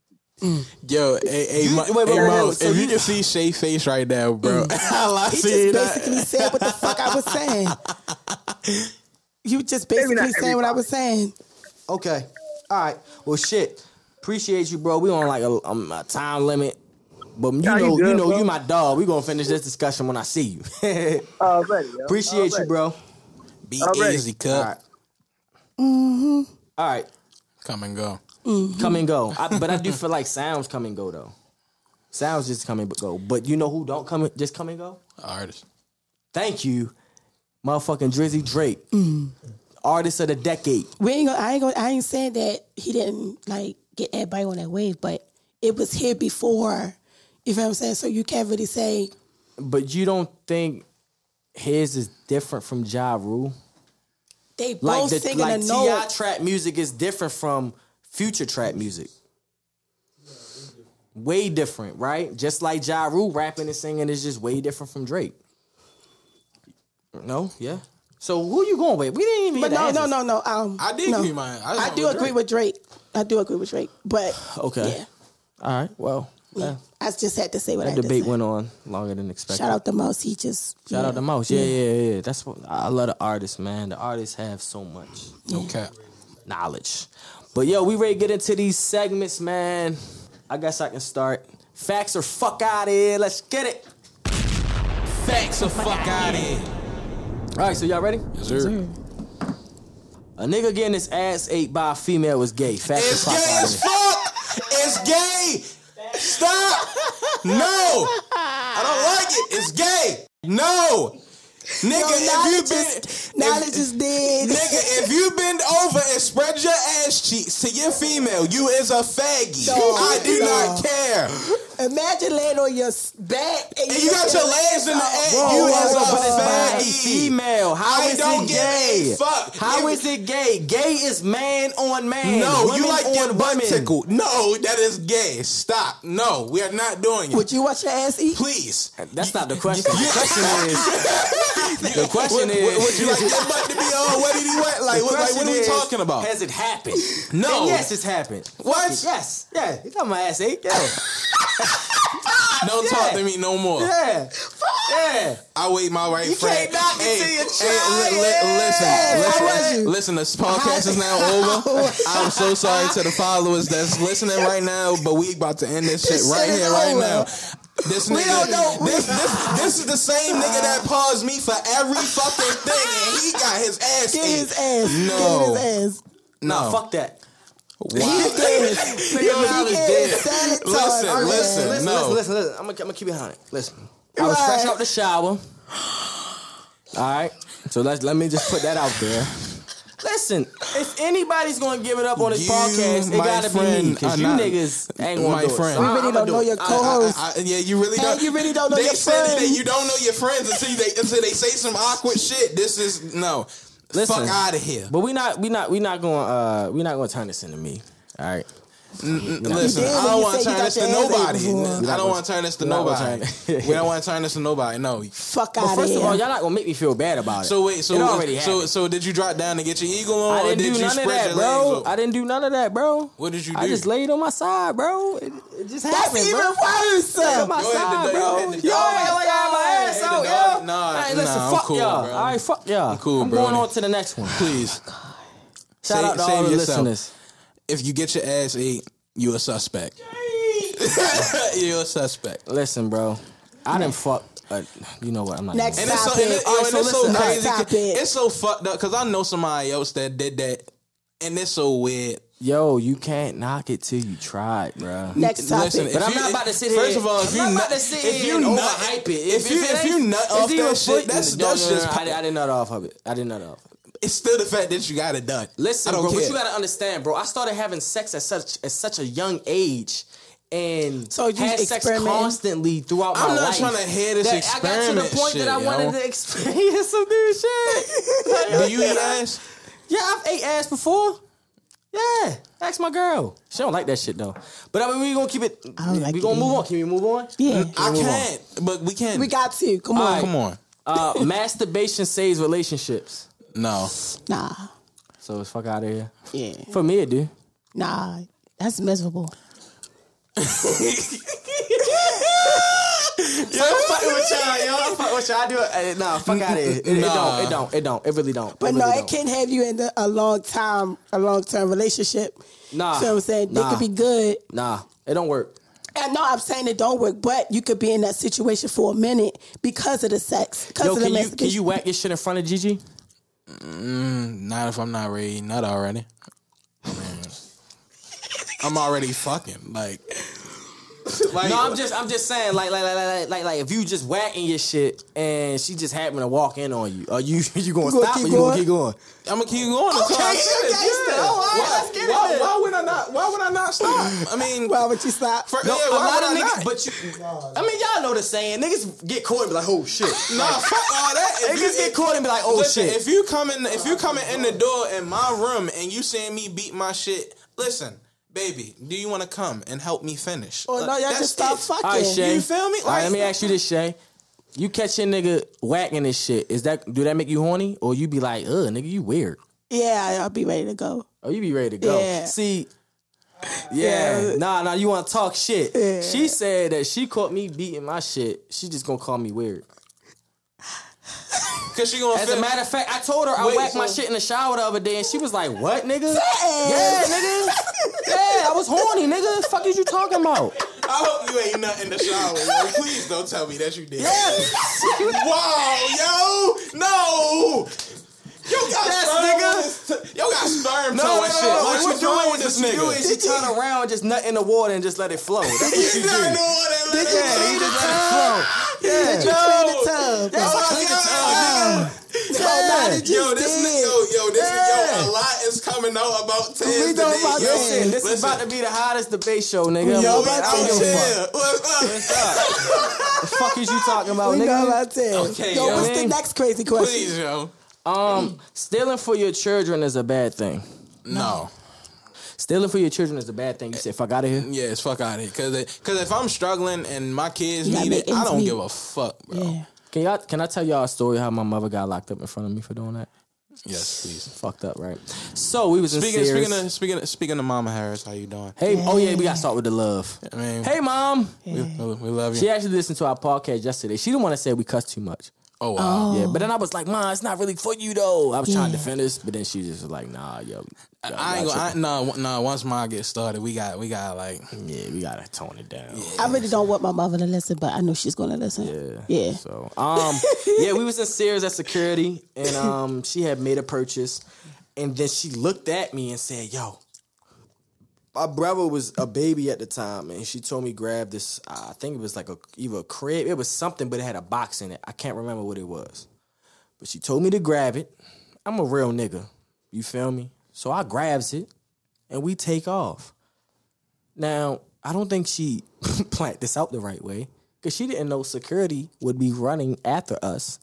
<laughs> Yo, hey, hey, You- Mo- wait, wait, hey, wait, Mo, wait, so if you- Mm. you can see Shay face right now, bro. I He see just that. basically said what the fuck I was <laughs> saying. You just Maybe not basically saying what I was saying. Okay. All right. Well, shit. Appreciate you, bro. We on like a, um, a time limit, but you Nah, you know, you good, know, bro. you my dog. We gonna finish this discussion when I see you. <laughs> Already, yo. Appreciate you, Already. bro. <laughs> Be Already. easy, cut. Mm-hmm. All right. Come and go. Come and go. I, but I do feel like sounds come and go though. Sounds just come and go. But you know who don't come and, just come and go? Artist. Thank you, motherfucking Drizzy Drake, artist of the decade. We ain't gonna, I ain't gonna, I ain't saying that he didn't like get everybody on that wave, but it was here before. You feel what I'm saying? So you can't really say But you don't think his is different from Ja Rule? they both Like the singing like a Ti note. trap music is different from future trap music. Way different, right? Just like Ja Rule rapping and singing is just way different from Drake. No, yeah. So who you going with? We didn't even. But get no, the no, answers. no, no. Um, I did no. give you mine. I just I, went do with agree Drake. with Drake. I do agree with Drake, but Okay. yeah, All right. Well, yeah. I just had to say what I that had to debate say. went on longer than expected. Shout out to Mouse. He just Shout yeah. out to Mouse. Yeah, yeah, yeah. That's what I love the artists, man. The artists have so much Okay. knowledge. But yo, we ready to get into these segments, man. I guess I can start. Facts or fuck out of here. Let's get it. Facts or fuck out of here. All right, so y'all ready? Yes, sir. A nigga getting his ass ate by a female was gay. Facts It's or fuck gay out as of here. fuck. It's gay. Stop. No. I don't like it. It's gay. No. Nigga, if you've been Knowledge is dead. nigga, if you bend over and spread your ass cheeks to your female, you is a faggy. Dog, I do dog. not care. Imagine laying on your s- back and, And you got your legs in the air. You is But it's a by a faggy. female. How I is don't it give gay? a fuck. How You- is it gay? Gay is man on man. No, you women like on your butt women. tickled. No, that is gay. Stop. No, we are not doing it. Would you watch your ass eat? Please. That's not the <laughs> question. The question is. The question Would, is. would, would you like your butt to be all wetty wet? Like, the what, like, what question are we is, talking about? Has it happened? No. And yes, it's happened. What? Fuck it, Yes. Yeah. You got my ass ate. <laughs> Yeah. Don't Yeah. talk to me no more. Yeah. Yeah. I wait my right You friend. can't knock it till you try li- li- it. listen, How listen, was you? listen. This podcast <laughs> is now over. I'm so sorry to the followers that's listening right now, but we about to end this shit right shit is here, right over. now. This nigga, don't know- we- This, this, this is the same nigga that paused me for every fucking thing, and he got his ass. Get ate. his ass. No. Get his ass. Nah, No. fuck that. Wow. Your knowledge dead. Sanitized. Listen, Alright. listen, Listen, no. listen, listen, listen. I'm gonna, I'm gonna keep it hundred. Listen, I was fresh out the shower. All right, so let's let me just put that out there. Listen, if anybody's gonna give it up on this You, podcast, it my gotta be me friend, because are you not- niggas ain't gonna my do it. friend. So We I- really I'ma don't do know it. your I- I- co-host. I- I- yeah, you really Hey, don't. Oh, you really don't know they your said that friends. you don't know your friends until they until they say some awkward shit. This is no. Listen, fuck out of here. But we not we not we not going uh we not going to turn this into me. All right. Listen, I don't want to turn this to nobody. I don't want to turn this to We're not gonna nobody. turn it. We don't want to turn this to nobody. No. Fuck But first of all, y'all not gonna make me feel bad about it. So wait, so it already so happened. so did you drop down to get your eagle on, I or didn't do did you none of spread that, your legs? bro. open? I didn't do none of that, bro. What did you do? I just laid on my side, bro. It, it just That's happened, even bro. worse. Laid on my Go ahead, side, the dog. bro. Hit the Yo, dog. I like I have my ass Hit the out, dog. yo. Nah, Hey, listen, nah, I'm fuck cool, y'all. bro. All right, fuck y'all. I'm cool, I'm bro. going on to the next one. Please. Oh, Shout Save- out to all save the yourself. listeners. If you get your ass ate, you a suspect. <laughs> you a suspect. Listen, bro. I didn't fuck. Uh, you know what? I'm not. Next even- And it's so, and topic. it- yo, Alright, and so it's so listen, crazy. next 'cause topic. It's so fucked up because I know somebody else that did that, and it's so weird. Yo, you can't knock it till you try, it, bro. Next topic. Listen, if But I'm you- not about to sit here. first of all, if I'm you not nut- about to sit if here you and nut- overhype it. if you- if it you ain't- nut it's off either that shit, foot- that's- no, that's no, no, no, just- I, di- I didn't nut off of it. I didn't nut off. It's still the fact that you got it done. Listen, I don't bro, care. but you gotta understand, bro. I started having sex at such at such a young age. And So you had sex experimenting? constantly throughout I'm my not life. tryna hear this that I got to experiment the point shit, that I yo. wanted to <laughs> experience some new shit. <laughs> Do you eat ass? Yeah, I've ate ass before. Yeah, ask my girl. She don't like that shit though. But I mean, we gonna keep it. I don't like we it gonna move either. on. Can we move <laughs> on? Yeah. I move on. can't, but we can. We got to. Come on. All right. Come on. Uh, masturbation saves relationships. No. Nah. So it's fuck out of here. Yeah. For me, it do. Nah. That's miserable. Yo, I'm fucking with y'all, yo. I'm fucking with y'all. I do it. eh, Nah, fuck out of here. It, it Nah. don't. It don't. It don't. It really don't. But really no, don't. it can have you in the, a long time, a long term relationship. Nah. So I'm saying Ah, Nah. they could be good. Nah, it don't work. And no, I'm saying it don't work, but you could be in that situation for a minute because of the sex, because Yo, of the can you can masturbation. you whack your shit in front of Gigi? Not if I'm not ready. Not already. Man. I'm already fucking. Like, like No, I'm just I'm just saying like like like like like, like if you just whacking your shit and she just happened to walk in on you, are you <laughs> you gonna, You gonna stop keep or you gonna going? keep going? I'm gonna keep going until I finish. Yeah. why, why would I not? Why would I not stop? I mean, Why would you stop? for, No, yeah, a why lot would of I niggas, not? but you, I mean, y'all know the saying. Niggas get caught and be like, oh shit. nah, fuck all that. If you- niggas get caught and be like, oh listen, shit. if you come in, if you coming in the door in my room and you seeing me beat my shit, listen, baby, do you want to come and help me finish? Oh, or Oh, no, y'all That's just stop it. fucking. All right, Shay. You feel me? All right, Like- let me ask you this, Shay. You catch your nigga whacking this shit. Is that do that make you horny, or you be like, ugh, nigga, you weird, Yeah, I'll be ready to go. or you be ready to go? Yeah. See, yeah, nah, nah, you want to talk shit? Yeah. She said that she caught me beating my shit. She just gonna call me weird. Cause she gonna As feel a matter of fact, I told her I Wait, whacked my so- shit in the shower the other day, and she was like, "What, nigga? Yeah, nigga. Yeah, I was horny, nigga. The fuck is you talking about? I hope you ain't nothing in the <laughs> shower. Yo. Please don't tell me that you did. Yeah, Wow, yo, no. Yo got Yes, sperm nigga. on this- Yo got sperm No, toe no, no, and shit. no, no. What you doing with this what you do nigga? is you <laughs> turn around, just nut in the water, and just let it flow. That's what you do. not doing that. Did Yeah, you just let it flow. Yeah, Did you clean the tub? That's Oh, what you do, yeah. nigga. Oh, no, Yeah. did you Yo, this did. nigga, yo, yo, this nigga, Yeah. yo, a lot is coming out about Taz We know today. about yo, Taz. Listen, this is about to be the hottest debate show, nigga. I'm Yo, like, about I don't give to- a fuck. Yeah, what's up? The fuck is you talking about, We know nigga? about that. Okay, yo, yo. what's the next crazy question? Please, yo. Um, stealing for your children is a bad thing. No. Stealing for your children is a bad thing. You said, fuck out of here. Yeah, it's fuck out of here. Cause, it, Cause if I'm struggling and my kids You gotta need make it, I ends don't meet. give a fuck, bro. Yeah. Can y'all? Can I tell y'all a story how my mother got locked up in front of me for doing that? Yes, please. Fucked up, right? So we was Speaking, in Sears. speaking of speaking of, speaking of Mama Harris, how you doing? Hey, oh yeah, we gotta start with the love. I mean, Hey, mom. we, we love you. She actually listened to our podcast yesterday. She didn't want to say we cuss too much. Oh wow. Yeah, but then I was like, mom, it's not really for you though. I was trying to Yeah. defend this, but then she just was like, nah, yo. yo, I ain't y'all gonna I, no no. Once mine gets started, we got we got like tripping. Yeah, we gotta tone it down. I really don't want my mother to listen, but I know she's gonna listen. Yeah. Yeah. So, um, yeah, we was in Sears at security, and um, she had made a purchase, and then she looked at me and said, "Yo." My brother was a baby at the time, and she told me grab this. I think it was like a either a crib, it was something, but it had a box in it. I can't remember what it was, but she told me to grab it. I'm a real nigga, you feel me? So I grabs it, and we take off. Now, I don't think she <laughs> planned this out the right way because she didn't know security would be running after us,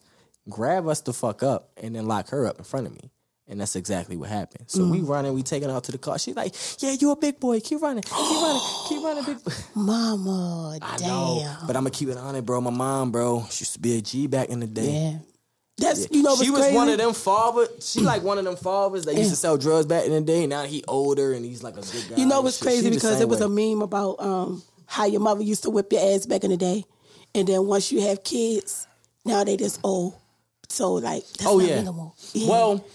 grab us the fuck up, and then lock her up in front of me. And that's exactly what happened. So we running, we taking her out to the car. She like, yeah, you a big boy. Keep running, keep <gasps> running, keep running, big boy. Mama, damn. No, but I'm gonna keep it on it, bro. My mom, bro, she used to be a G back in the day. Yeah. That's- you know She what's was one crazy? of them father. She like one of them fathers that used to sell drugs back in the day. Now he older and he's like a good guy. You know and what's shit. She crazy the because same it was way. a meme about um, how your mother used to whip your ass back in the day, and then once you have kids, now they just old. So like, that's oh not yeah. minimal. Yeah. Well,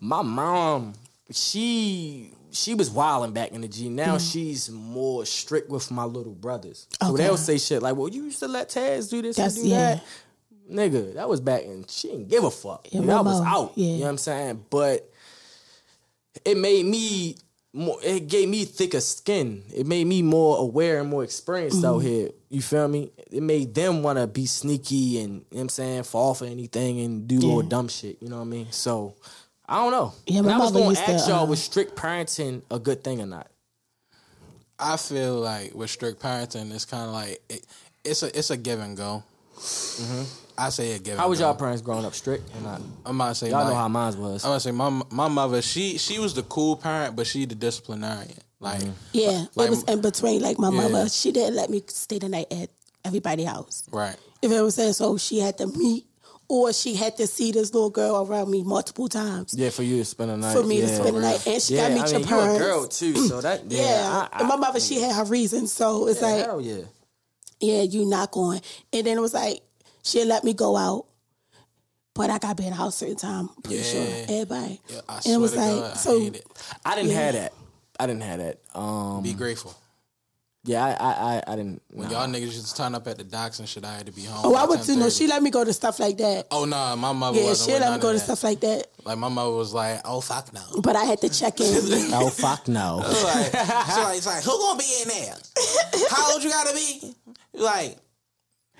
my mom, she she was wilding back in the G. Now Mhm. she's more strict with my little brothers. So Okay. they'll say shit like, "Well, you used to let Taz do this That's- and do yeah. that." Nigga, that was back in. She didn't give a fuck. Yeah, Nigga, my I was mom, out. yeah. You know what I'm saying? But it made me more. It gave me thicker skin. It made me more aware and more experienced out Mhm. here. You feel me? It made them want to be sneaky and you know what I'm saying fall for anything and do little Yeah. dumb shit. You know what I mean? So I don't know. Yeah, And my I was mother gonna used to, ask y'all uh, was strict parenting a good thing or not? I feel like with strict parenting, it's kind of like it, it's a it's a give and go. I say a give. Mm-hmm. How and was go. y'all parents growing up? Strict or not? I'm about to say Y'all my- know how mine was. I'm Oh. about to say my my mother. She she was the cool parent, but she the disciplinarian. Mm-hmm. Like yeah, like- it was in between. Like my Yeah. mother, she didn't let me stay the night at everybody's house. right. If it was saying so, she had to meet or she had to see this little girl around me multiple times. Yeah, for you to spend a night. For me to Yeah. spend the night, and she yeah, got me I your mean, parents. You a girl too, so that yeah. <clears throat> Yeah, and my mother, she had her reasons, so it's yeah, like hell yeah. yeah, you not going. And then it was like, she let me go out, but I got to be in the house certain time. I'm Pretty sure. Yeah. Everybody. I and it was swear to like, God, I so hate it. I didn't Yeah. have that. I didn't have that. Um, Be grateful. Yeah, I I I, I didn't. When nah. y'all niggas used to turn up at the docks and shit, I had to be home. oh, by I would, you know, 10:30. she let me go to stuff like that. Oh nah, my mother. yeah, wasn't she with let none me of go to that. <laughs> stuff like that, Like my mother was like, "Oh fuck no." but I had to check <laughs> in. Oh fuck no. It's like, <laughs> it's like, it's like, who gonna be in there? How old you gotta be? Like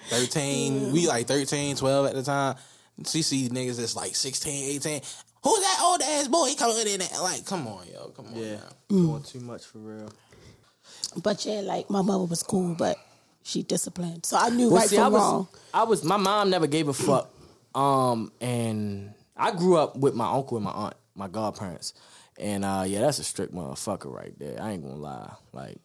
13, Mm. we like 13, 12 at the time. She see niggas that's like 16, 18. Who's that old ass boy? He coming in there. Like, come on, yo, come on. Yeah. Mm. Doing too much for real. but yeah, like, my mother was cool, but she disciplined. So I knew Well, right see, I from was, wrong. I was. My mom never gave a fuck. Um, and I grew up with my uncle and my aunt, my godparents, and uh, yeah, that's a strict motherfucker right there. I ain't gonna lie. Like,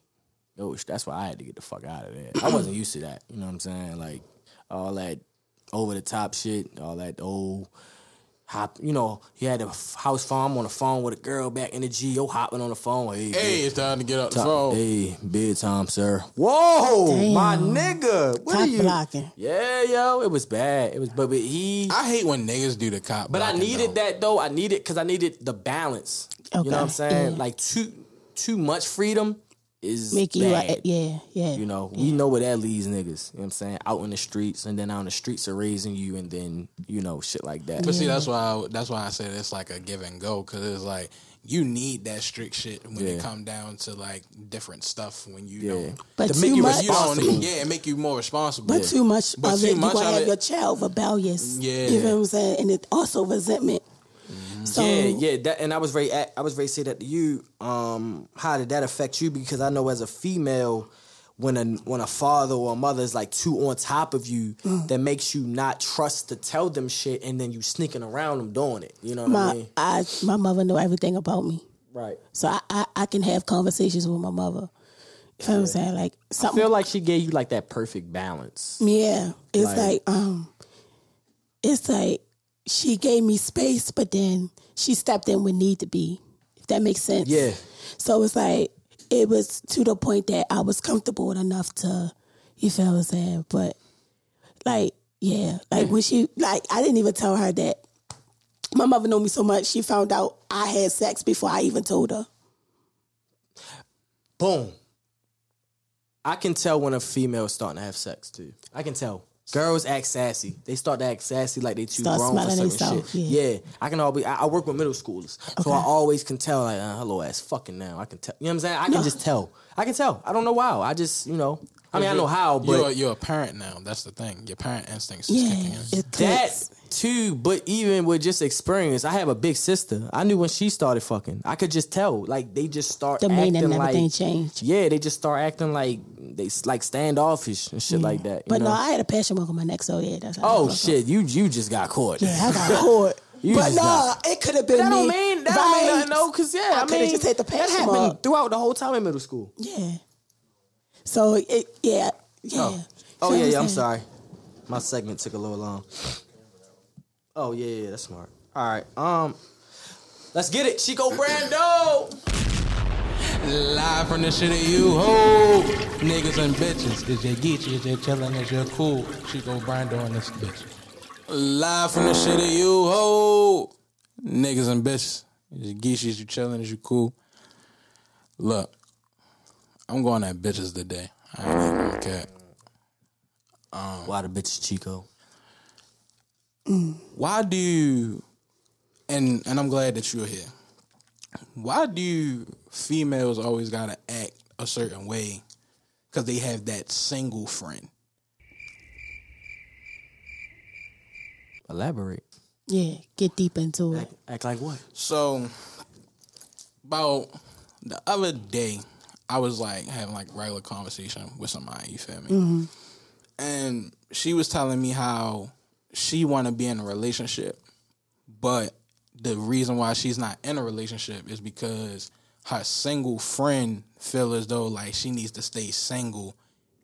yo, sh- that's why I had to get the fuck out of there. I wasn't used to that. You know what I'm saying? Like all that over the top shit, all that old. Hop, you know, he had a f- house farm on the phone with a girl back in the G. Yo, hopping on the phone. Hey, Hey, it's time to get up the Top- phone. Uh, Hey, bedtime, sir. Whoa, Damn. my nigga. What Cock are you? blocking. Yeah, yo, it was bad. It was, but, but he. I hate when niggas do the cop. but I blocking, needed though. that though. I needed because I needed the balance. You Okay, know what I'm saying? yeah. Like too too much freedom is Make you, bad. a, yeah, yeah. You know, we know where that leads niggas. You know what I'm saying? Out in the streets, and then out in the streets are raising you, and then you know shit like that. But see, that's why I, that's why I said it's like a give and go because it's like you need that strict shit when Yeah. it come down to like different stuff when you Yeah. don't. But to make too you much- You don't. responsible. Yeah, it make you more responsible. But too much But of too it, much you're gonna of have it- your child rebellious. Yeah. You know what I'm saying? And it also resentment. So Mm-hmm. yeah, yeah. That, and I was very, I was very say that to you. Um, how did that affect you? Because I know as a female, when a when a father or a mother is like too on top of you, that makes you not trust to tell them shit, and then you sneaking around them doing it. You know what I my mean? I, my mother know everything about me. Right. So I, I, I can have conversations with my mother. You know what I'm saying? Like I something feel like she gave you like that perfect balance. Yeah. It's Like- like, um it's like she gave me space but then she stepped in when need to be. If that makes sense. Yeah. So it's like it was to the point that I was comfortable enough to you feel what I'm saying? But like, yeah. Like when she like I didn't even tell her that my mother know me so much she found out I had sex before I even told her. Boom. I can tell when a female is starting to have sex too. I can tell. Girls act sassy. They start to act sassy like they too Start grown for certain smiling shit. themselves, Yeah. I can always. I, I work with middle schoolers, so I always can tell. Like, uh, hello, ass fucking now. I can tell. You know what I'm saying? I can just tell. I can tell. I don't know why. I just, you know. I mean, I know how, but you're, you're a parent now. That's the thing. Your parent instincts is kicking in. that too, but even with just experience, I have a big sister. I knew when she started fucking. I could just tell. Like they just start The acting meaning and like everything changed. yeah, they just start acting like they s- like standoffish and shit like that. you But know? no, I had a passion mark on my neck, so yeah, that's how I oh fuck up. shit, you you just got caught. Yeah, I got caught. You but just nah, not- it could have <laughs> been that me. don't mean that don't mean right? nothing, no, because yeah, I, could have mean just had the that passion happened mark. throughout the whole time in middle school. Yeah. So it, yeah, yeah. Oh, oh So yeah, yeah. I'm saying- sorry, my segment took a little long. Oh yeah, yeah, that's smart. All right, um, let's get it, Chico Brando. Live from the shit of you ho niggas and bitches. Is your geeky, is your chillin', is your cool. She go grind on this bitch. Live from the shit of you ho niggas and bitches. Is your geeky, is you chillin', is you cool. Look, I'm going at bitches today. I ain't even gonna cap. Um, Why the bitches, Chico? Why do you, and and I'm glad that you're here. Why do females always gotta act a certain way? Because they have that single friend. Elaborate. Yeah, get deep into it. Act like what? So, about the other day, I was like having like regular conversation with somebody. You feel me? Mhm. And she was telling me how she want to be in a relationship, but the reason why she's not in a relationship is because her single friend feel as though like she needs to stay single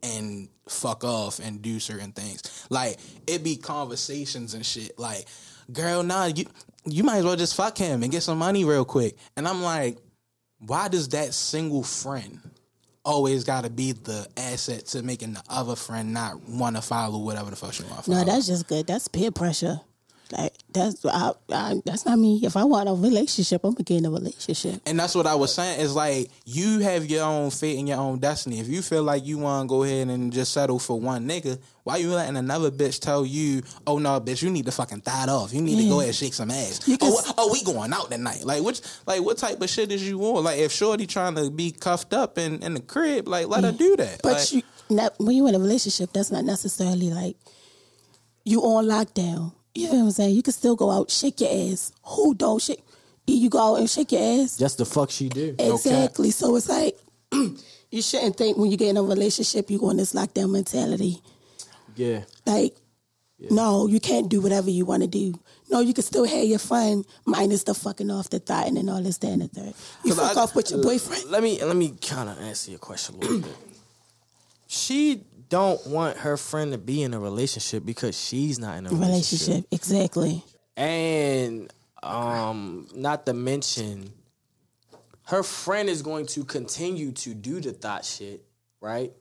and fuck off and do certain things. Like it be conversations and shit. Like, girl, nah, you you might as well just fuck him and get some money real quick. And I'm like, why does that single friend always gotta be the asset to making the other friend not wanna follow whatever the fuck she wanna follow? No, that's just good. That's peer pressure. Like that's I, I, that's not me. If I want a relationship, I'm gonna get in a relationship. And that's what I was saying. It's like you have your own fate and your own destiny. If you feel like you want to go ahead and just settle for one nigga, why you letting another bitch tell you, "Oh no, bitch, you need to fucking thigh it off. You need to Yeah. go ahead and shake some ass. You can oh, s- oh, we going out tonight. Like which, like what type of shit is you on? Like if Shorty trying to be cuffed up in, in the crib, like let her do that. But Like, you, not, when you in a relationship, that's not necessarily like you on lockdown. You know what I'm saying? You can still go out, shake your ass. Who don't shake? You go out and shake your ass. That's the fuck she do. Exactly. So it's like <clears throat> you shouldn't think when you get in a relationship, you go on this lockdown mentality. Yeah. Like, no, you can't do whatever you want to do. No, you can still have your fun, minus the fucking off the thotting and all this, that, and the third. You 'Cause fuck I- off with your boyfriend. Let me let me kind of answer your question a little bit. She don't want her friend to be in a relationship because she's not in a relationship. Relationship, exactly. And um not to mention her friend is going to continue to do the thought shit, right?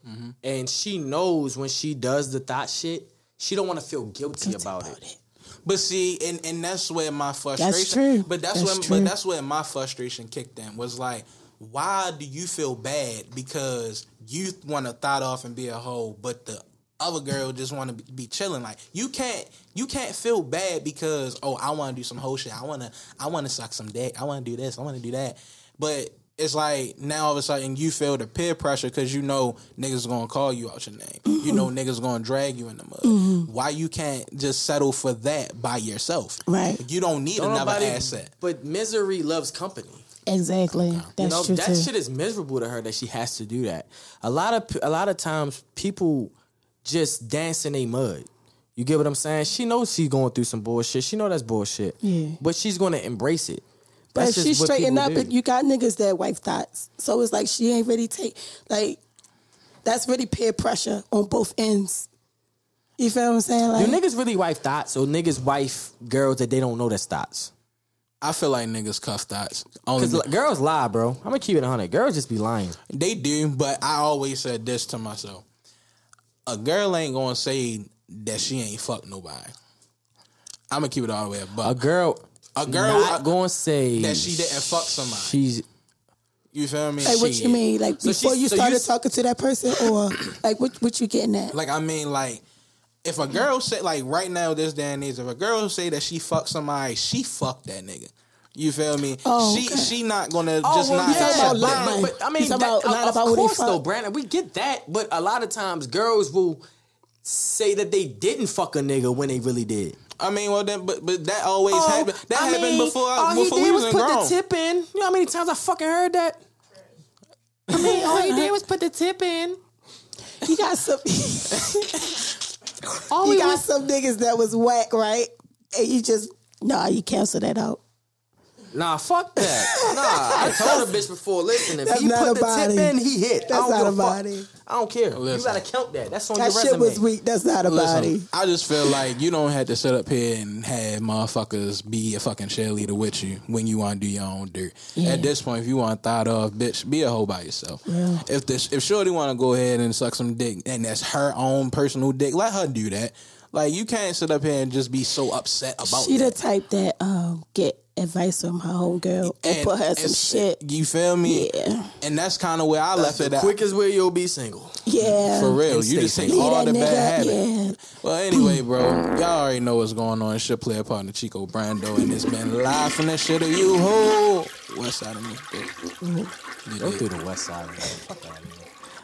And she knows when she does the thought shit, she don't want to feel guilty, about, it. But see, and and that's where my frustration. true. But that's, That's when. true. But that's where my frustration kicked in. Was like, why do you feel bad because you want to thought off and be a hoe, but the other girl just want to be, be chilling? Like you can't. You can't feel bad because oh, I want to do some hoe shit. I want to. I want to suck some dick. I want to do this. I want to do that. But. It's like now all of a sudden you feel the peer pressure because you know niggas gonna call you out your name. You Mm-hmm. know niggas gonna drag you in the mud. Mhm. Why you can't just settle for that by yourself? Right. You don't need Don't another nobody- asset. But misery loves company. Exactly. That's you know, true that too. shit is miserable to her that she has to do that. A lot of a lot of times people just dance in a mud. You get what I'm saying? She knows she's going through some bullshit. She know that's bullshit. Yeah. But she's going to embrace it. But That's if just she what straighten people up, do. it- you got niggas that wife thoughts. So it's like she ain't really take like that's really peer pressure on both ends. You feel what I'm saying? Like do niggas really wife thoughts or niggas wife girls that they don't know that's thoughts? I feel like niggas cuff thoughts. Only Because girls lie, bro. I'm gonna keep it 100. Girls just be lying. They do, but I always said this to myself. A girl ain't gonna say that she ain't fucked nobody. I'm gonna keep it all the way A above. girl, A girl- uh, not gonna say that she didn't fuck somebody. She's You feel me? like what Shit. you mean? Like So she- before you so started talking to that person or like what what you getting at? Like I mean, like if a girl say like right now this day and age, if a girl say that she fucked somebody, she fucked that nigga. You feel me? Oh, she okay. she not gonna just Oh, well, not. you talking about accept that. lying. But I You mean, that- talking about lying of, about who of they course, though, fuck? Brandon, we get that. But a lot of times, girls will say that they didn't fuck a nigga when they really did. I mean, well, then, but but that always Oh, happened. That I happened mean, before I- all he before did we was, was in put the grown. tip in. You know how many times I fucking heard that? I mean, all he did was put the tip in. You got some <laughs> All you we got was- some niggas that was whack, right? And you just Nah, you cancel that out. Nah, fuck that. <laughs> nah, I told a bitch before. Listen, if That's he not put a the body. tip in, he hit. That's I don't not give a fuck. body. I don't care. You Listen. gotta count that. That's on That your shit resume. was weak. That's not a body. Listen, I just feel like you don't have to sit up here and have motherfuckers be a fucking cheerleader with you when you want to do your own dirt. Yeah. At this point, if you want thought of, bitch, be a hoe by yourself. Yeah. If this, if Shorty want to go ahead and suck some dick, and that's her own personal dick, let her do that. Like you can't sit up here and just be so upset about. She that. the type that um, get advice from her homegirl and, put her some and- shit. You feel me? Yeah. And that's kind of where I left it at. Quickest way you'll be single. Yeah. For real, And you stay just take single. all Leave the that bad nigga, habits. Well, anyway, bro, y'all already know what's going on. It's your player partner Chico Brando, and it's been live from the shit of you who West Side of me. Mm-hmm. Go through the West Side.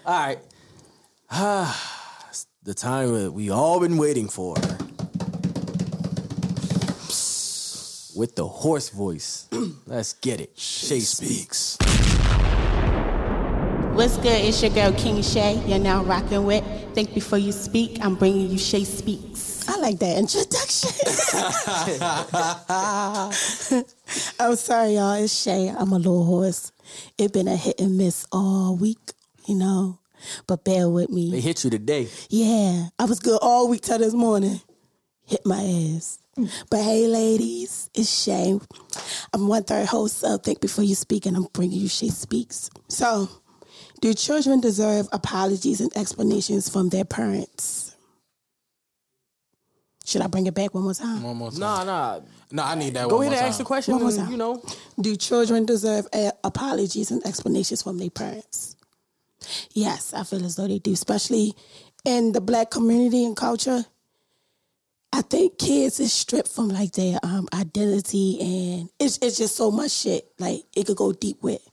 All right. <sighs> the time that we all been waiting for. With the hoarse voice. <clears throat> Let's get it. Shay speaks. What's good? It's your girl King Shay. You're now rocking with Think Before You Speak. I'm bringing you Shay Speaks. I like that introduction. <laughs> I'm sorry, y'all. It's Shay. I'm a little horse. It been a hit and miss all week, you know. But bear with me. They hit you today. Yeah, I was good all week till this morning. Hit my ass. But hey, ladies, it's Shay. I'm one third host of Think Before You Speak, and I'm bringing you Shay Speaks. So, do children deserve apologies and explanations from their parents? Should I bring it back one more time? One more time. Nah, nah. No, I need that Go one ahead more and time. ask the question. One more and, time. You know, Do children deserve a- apologies and explanations from their parents? Yes, I feel as though they do, especially in the black community and culture. I think kids is stripped from like their um, identity and it's it's just so much shit. Like it could go deep with.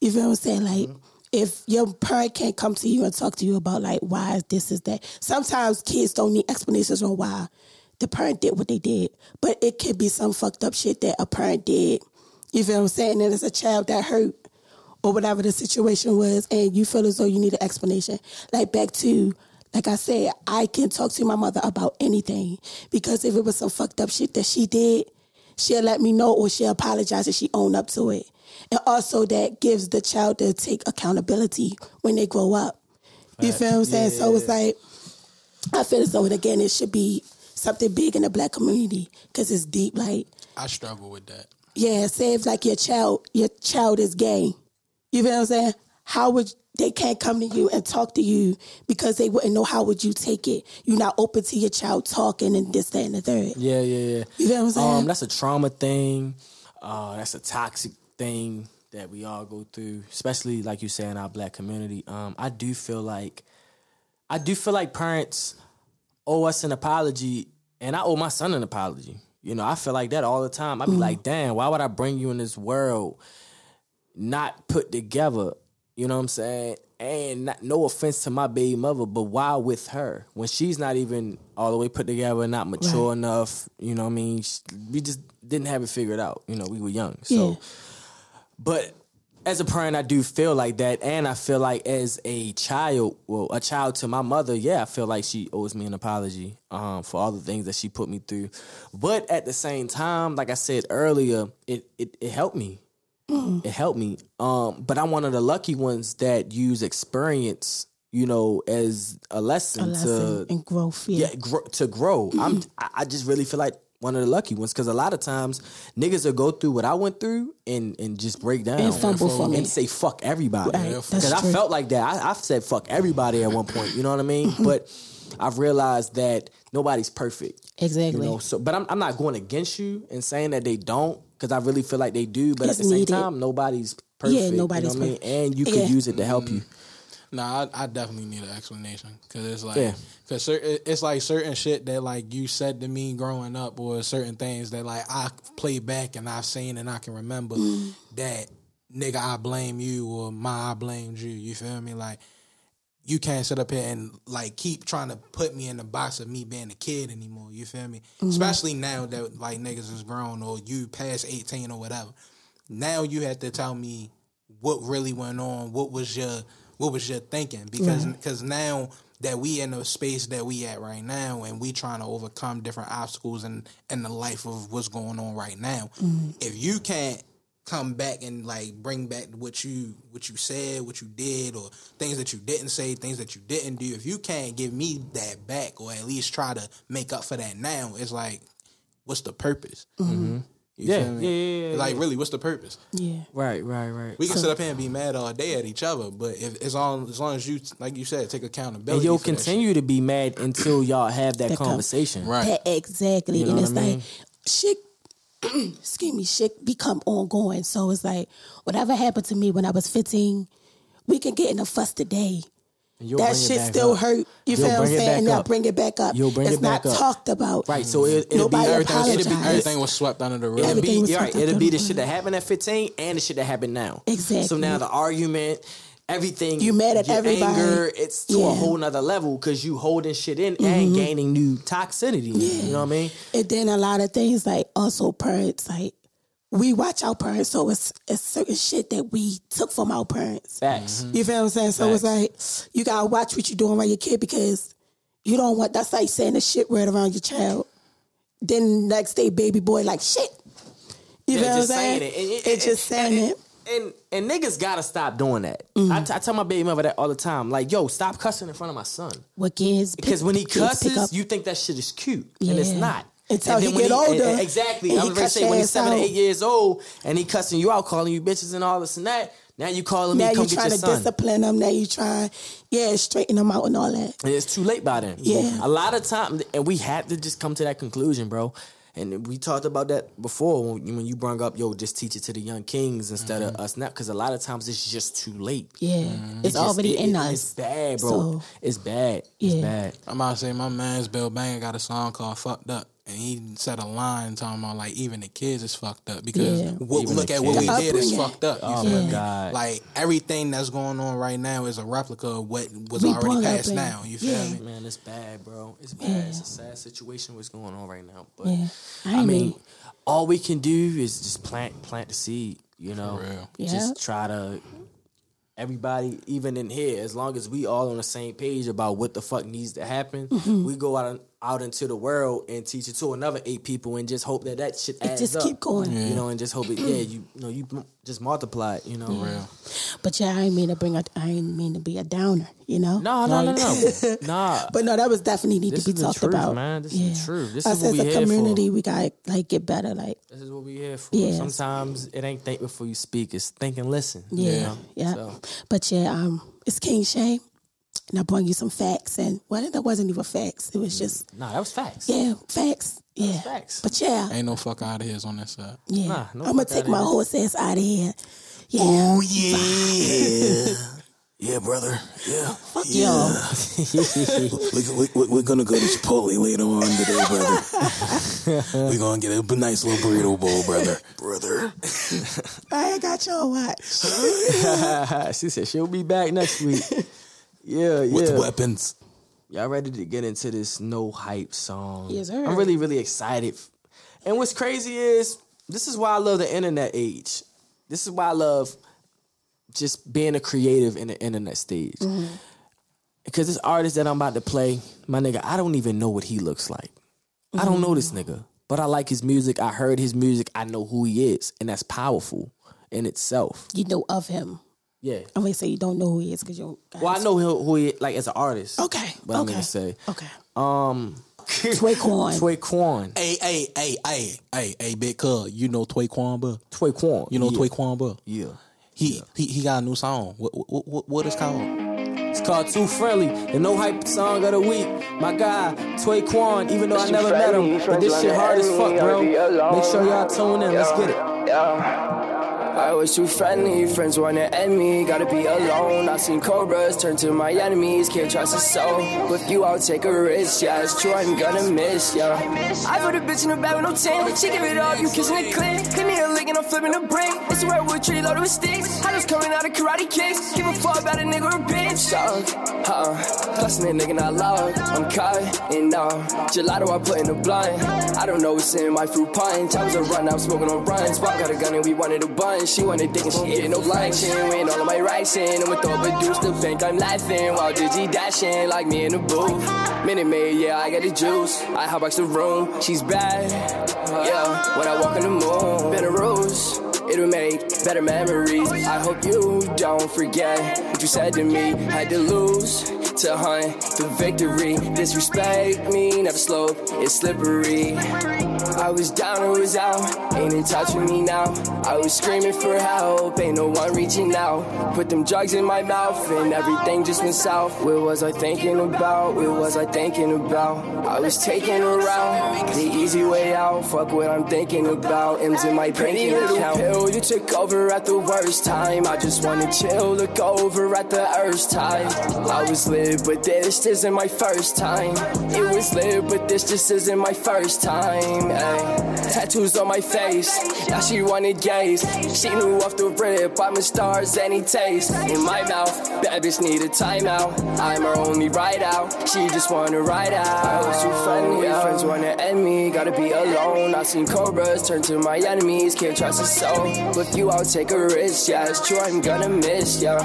You feel what I'm saying? Like if your parent can't come to you and talk to you about like why is this is that. Sometimes kids don't need explanations on why the parent did what they did. But it could be some fucked up shit that a parent did. You feel what I'm saying? And it's a child that hurt or whatever the situation was, and you feel as though you need an explanation. Like back to, like I said, I can talk to my mother about anything because if it was some fucked up shit that she did, she'll let me know or she'll apologize and she own up to it. And also that gives the child to take accountability when they grow up. You feel what I'm saying? So it's like I feel as though and again it should be something big in the black community because it's deep. Like I struggle with that. yeah, say if like your child, your child is gay. You feel what I'm saying? How would they can't come to you and talk to you because they wouldn't know how would you take it? You're not open to your child talking and this, that, and the third. Yeah, yeah, yeah. You feel what I'm saying? Um, that's a trauma thing. Uh, that's a toxic thing that we all go through, especially like you say in our black community. Um, I do feel like, I do feel like parents owe us an apology, and I owe my son an apology. You know, I feel like that all the time. I be Mm. Mhm. like, damn, why would I bring you in this world not put together? You know what I'm saying? And not, no offense to my baby mother, but why with her when she's not even all the way put together, not mature Right. enough? You know what I mean? Sh- We just didn't have it figured out. You know, we were young. So, Yeah. but as a parent, I do feel like that, and I feel like as a child, well, a child to my mother, yeah, I feel like she owes me an apology um, for all the things that she put me through. But at the same time, like I said earlier, it it, it helped me. Mm. Mhm. It helped me. Um, but I'm one of the lucky ones that use experience, you know, as a lesson, A lesson to and growth. yeah, Yeah. grow, to grow. I'm I I just really feel like one of the lucky ones because a lot of times niggas will go through what I went through and and just break down And fumble and, from it. say fuck everybody Right, that's because I true. felt like that. I, I've said fuck everybody at one point. You know what I mean? Mm-hmm. but I've realized that nobody's perfect. Exactly. You know, so but I'm I'm not going against you and saying that they don't because I really feel like they do. But It's at the same needed. time, nobody's perfect. you know what nobody's I mean? perfect. And you could Yeah. use it to help you. Nah, I, I definitely need an explanation because it's like Yeah. because it's like certain shit that like you said to me growing up or certain things that like I play back and I've seen and I can remember Mm. that nigga I blame you or my I blamed you. You feel me? Like you can't sit up here and like keep trying to put me in the box of me being a kid anymore. You feel me? Mhm. Especially now that like niggas is grown or you past eighteen or whatever. Now you have to tell me what really went on. What was your what was your thinking? Because Right. because now that we in the space that we at right now and we trying to overcome different obstacles and in, in the life of what's going on right now Mhm. if you can't come back and like bring back what you what you said what you did or things that you didn't say things that you didn't do if you can't give me that back or at least try to make up for that now it's like what's the purpose Mhm. You Yeah, feel me? yeah, yeah, yeah, like yeah. really what's the purpose Yeah. Right, right, right. we can So- sit up here and be mad all day at each other, but if as long as long as you like you said, take accountability. And you'll for that continue to be mad until y'all have that That com- conversation. That- exactly. You know and what it's I mean? like shit <clears throat> excuse me, shit become ongoing. So it's like whatever happened to me when I was fifteen, we can get in a fuss today. And you'll that bring it shit back still up. hurt. You You'll feel what I'm bring it saying? And back they'll up. bring it back up. You'll bring it's it back not up. talked about. Right, so it, it'll be Nobody everything. shit. It'll be, apologized. everything was swept under the rug. It'll Everything be was yeah, fucked up It'll be the through shit that happened at fifteen and the shit that happened now. Exactly. So now the argument, everything You mad at your everybody. Anger, it's to Yeah. a whole nother level because you holding shit in Mhm. and gaining new toxicity. You know what I mean? And then a lot of things like also parents like we watch our parents, so it's it's certain shit that we took from our parents. Facts. You feel what I'm saying? So it's like you gotta watch what you're doing around your kid because you don't want that's like saying a shit word around your child. Then next day, baby boy like shit. Yeah, You feel what I'm just saying saying? it. And- It's and- just Mm-hmm. saying it. And and niggas gotta stop doing that. Mm-hmm. I, t- I tell my baby mother that all the time. Like, yo, stop cussing in front of my son. What kids? pick- Because when he kids pick up- cusses, you think that shit is cute, and it's Yeah. not. Until And he then when get older, and- and- exactly. and I he was gonna cuss say your when he's ass seven, out. eight years old, and he cussing you out, calling you bitches and all this and that. Now you calling me, now come you get trying your to son. discipline them. Now you trying, yeah, straighten them out and all that. And it's too late by then. Yeah. A lot of time, and we had to just come to that conclusion, bro. And we talked about that before when you, when you brought up, yo, just teach it to the young kings instead of us now, because a lot of times it's just too late. Mm-hmm. Yeah, It it's just- already it- in it- us. It's bad, bro. So- It's bad. Yeah. It's bad. I'm about to say my man's Bill Banger got a song called "Fucked Up," and he said a line talking about like even the kids is fucked up because Yeah. what, Even look the at what we kids. did is Upbringing. fucked up. You Oh, feel my me? God. Like everything that's going on right now is a replica of what was We already brought up passed in- down. You feel Yeah. me? Man, it's bad, bro. It's bad. Yeah. It's a sad situation what's going on right now. But Yeah. I I, mean, mean- all we can do is just plant plant the seed, you know. Yeah. Just try to everybody, even in here, as long as we all on the same page about what the fuck needs to happen, Mhm. we go out out into the world and teach it to another eight people and just hope that that shit It adds just up, keep going. you Yeah. know, and just hope it yeah you, you know you m- just multiply it, you know. Yeah. But yeah, I ain't mean to bring. A, I ain't mean to be a downer. You know. No, no, no, no, nah. <laughs> but no, that was definitely need This to be is the talked truth, about, man. This is yeah. the truth. This Us is what as we a here for. community, we gotta like get better. Like This is what we here for. Yeah. Sometimes it ain't think before you speak, it's think and listen. Yeah, you know? yeah. So, But yeah, um, it's King Shay, and I brought you some facts. And well, that wasn't even facts. It was just nah, that was facts. yeah, facts. Yeah, Mm. facts. But yeah, Ain't no fuck out of here on this side. yeah. Nah, no I'm gonna fuck take outta my here. horse ass out of here. Yeah. Oh yeah. Yeah, brother. Yeah. Fuck y'all. <laughs> we, we, we, we're gonna go to Chipotle later on today, brother. <laughs> we're gonna get a nice little burrito bowl, brother. Brother. I ain't got your watch. <laughs> she said she'll be back next <laughs> week. Yeah, yeah. With weapons. Y'all ready to get into this no hype song? Yes, sir. I'm really, really excited. And what's crazy is this is why I love the internet age. This is why I love just being a creative in the internet stage. Mm-hmm. Because this artist that I'm about to play, my nigga, I don't even know what he looks like. I don't know this Mm-hmm. nigga, but I like his music. I heard his music. I know who he is, and that's powerful in itself. You know of him. Yeah. I'm gonna say you don't know who he is because you don't. got Well, I his- know who, who he like as an artist. Okay. What I'm okay. gonna say. Okay. Um, <laughs> Quan. Quan. Hey, hey, hey, hey, hey, hey, big cuz. You know Toy Quan Buh? Toy Quan. You know yeah. Toy Quan Buh? Yeah. He, he he got a new song. What what what, what is called? It's called Too Friendly, the no hype song of the week. My guy, Toy Quan, even though I Too never met him, friendly, but this friends shit on the hard as fuck, enemy, bro. I'll be alone. Make sure y'all tune in. Let's get it. I was too friendly, friends wanna end me, gotta be alone. I've seen cobras turn to my enemies, can't trust a soul. With you, I'll take a risk, yeah, it's true, I'm gonna miss ya. I put a bitch in the bag with no tin, she give it all, you kissing the clit. Give me a lick and I'm flipping a brick. It's where we're treated loaded with sticks. I just coming out of karate kicks, give a fuck about a nigga or a bitch. Suck, huh? Bustin' a nigga not loud, I'm caught in now. Gelato, I put in the blind. I don't know what's in my fruit punch. I was a run, I'm smoking on runs. Bob got a gun and we wanted a bunch. She wanna dick and she getting no flexion. When all of my rights in, I'm with overduced to think I'm laughing. While Gigi dashing like me in the booth. Minute Maid, yeah, I got the juice. I hot box the room, she's bad. Yeah, when I walk in the moon, better rules. It'll make better memories. I hope you don't forget what you said to me. Had to lose to hunt the victory. Disrespect me, never slope, it's slippery. I was down, I was out, ain't in touch with me now. I was screaming for help, ain't no one reaching out. Put them drugs in my mouth, and everything just went south. What was I thinking about? What was I thinking about? I was taking around the easy way out. Fuck what I'm thinking about. M's in my Pretty banking little account. Pill, you took over at the worst time. I just wanna chill, look over at the earth's tide. I was lit, but this isn't my first time. It was lit, but this just isn't my first time. ayy. Tattoos on my face, now she wanted gaze. She knew off the rip, I'm a star's any taste. In my mouth, bad bitch need a timeout. I'm her only ride out, she just wanna ride out. I was too funny, yeah. friends wanna end me, gotta be alone. I seen cobras turn to my enemies, can't trust a soul. With you, I'll take a risk, yeah, it's true, I'm gonna miss, yeah.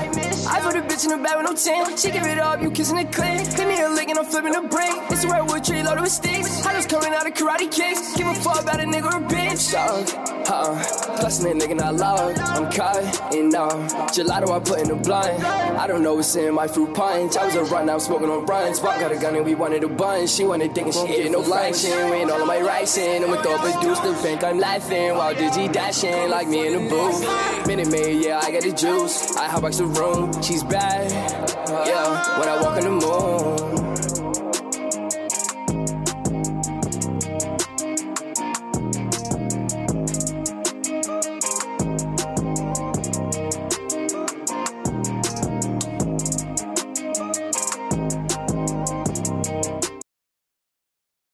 I put a bitch in the bed with no tan, she give it up, you kissing it clean. Give me a lick and I'm flipping the brain. It's a redwood tree loaded with sticks. I was coming out of karate kicks, give a fuck about a nigga or a bitch. Suck, huh? Blessing that nigga not loud. I'm caught in um, gelato, I put in the blind. I don't know what's in my fruit punch. I was a run, I'm smoking on runs. Bob got a gun and we wanted a bun. She wanted dick and she getting no lunch. And when all of my rights in, I'm with overduced to think I'm laughing. While Digi dashing like me in the booth. Minute Maid, yeah, I got the juice. I hot box the room, she's bad. Yeah, when I walk in the moon.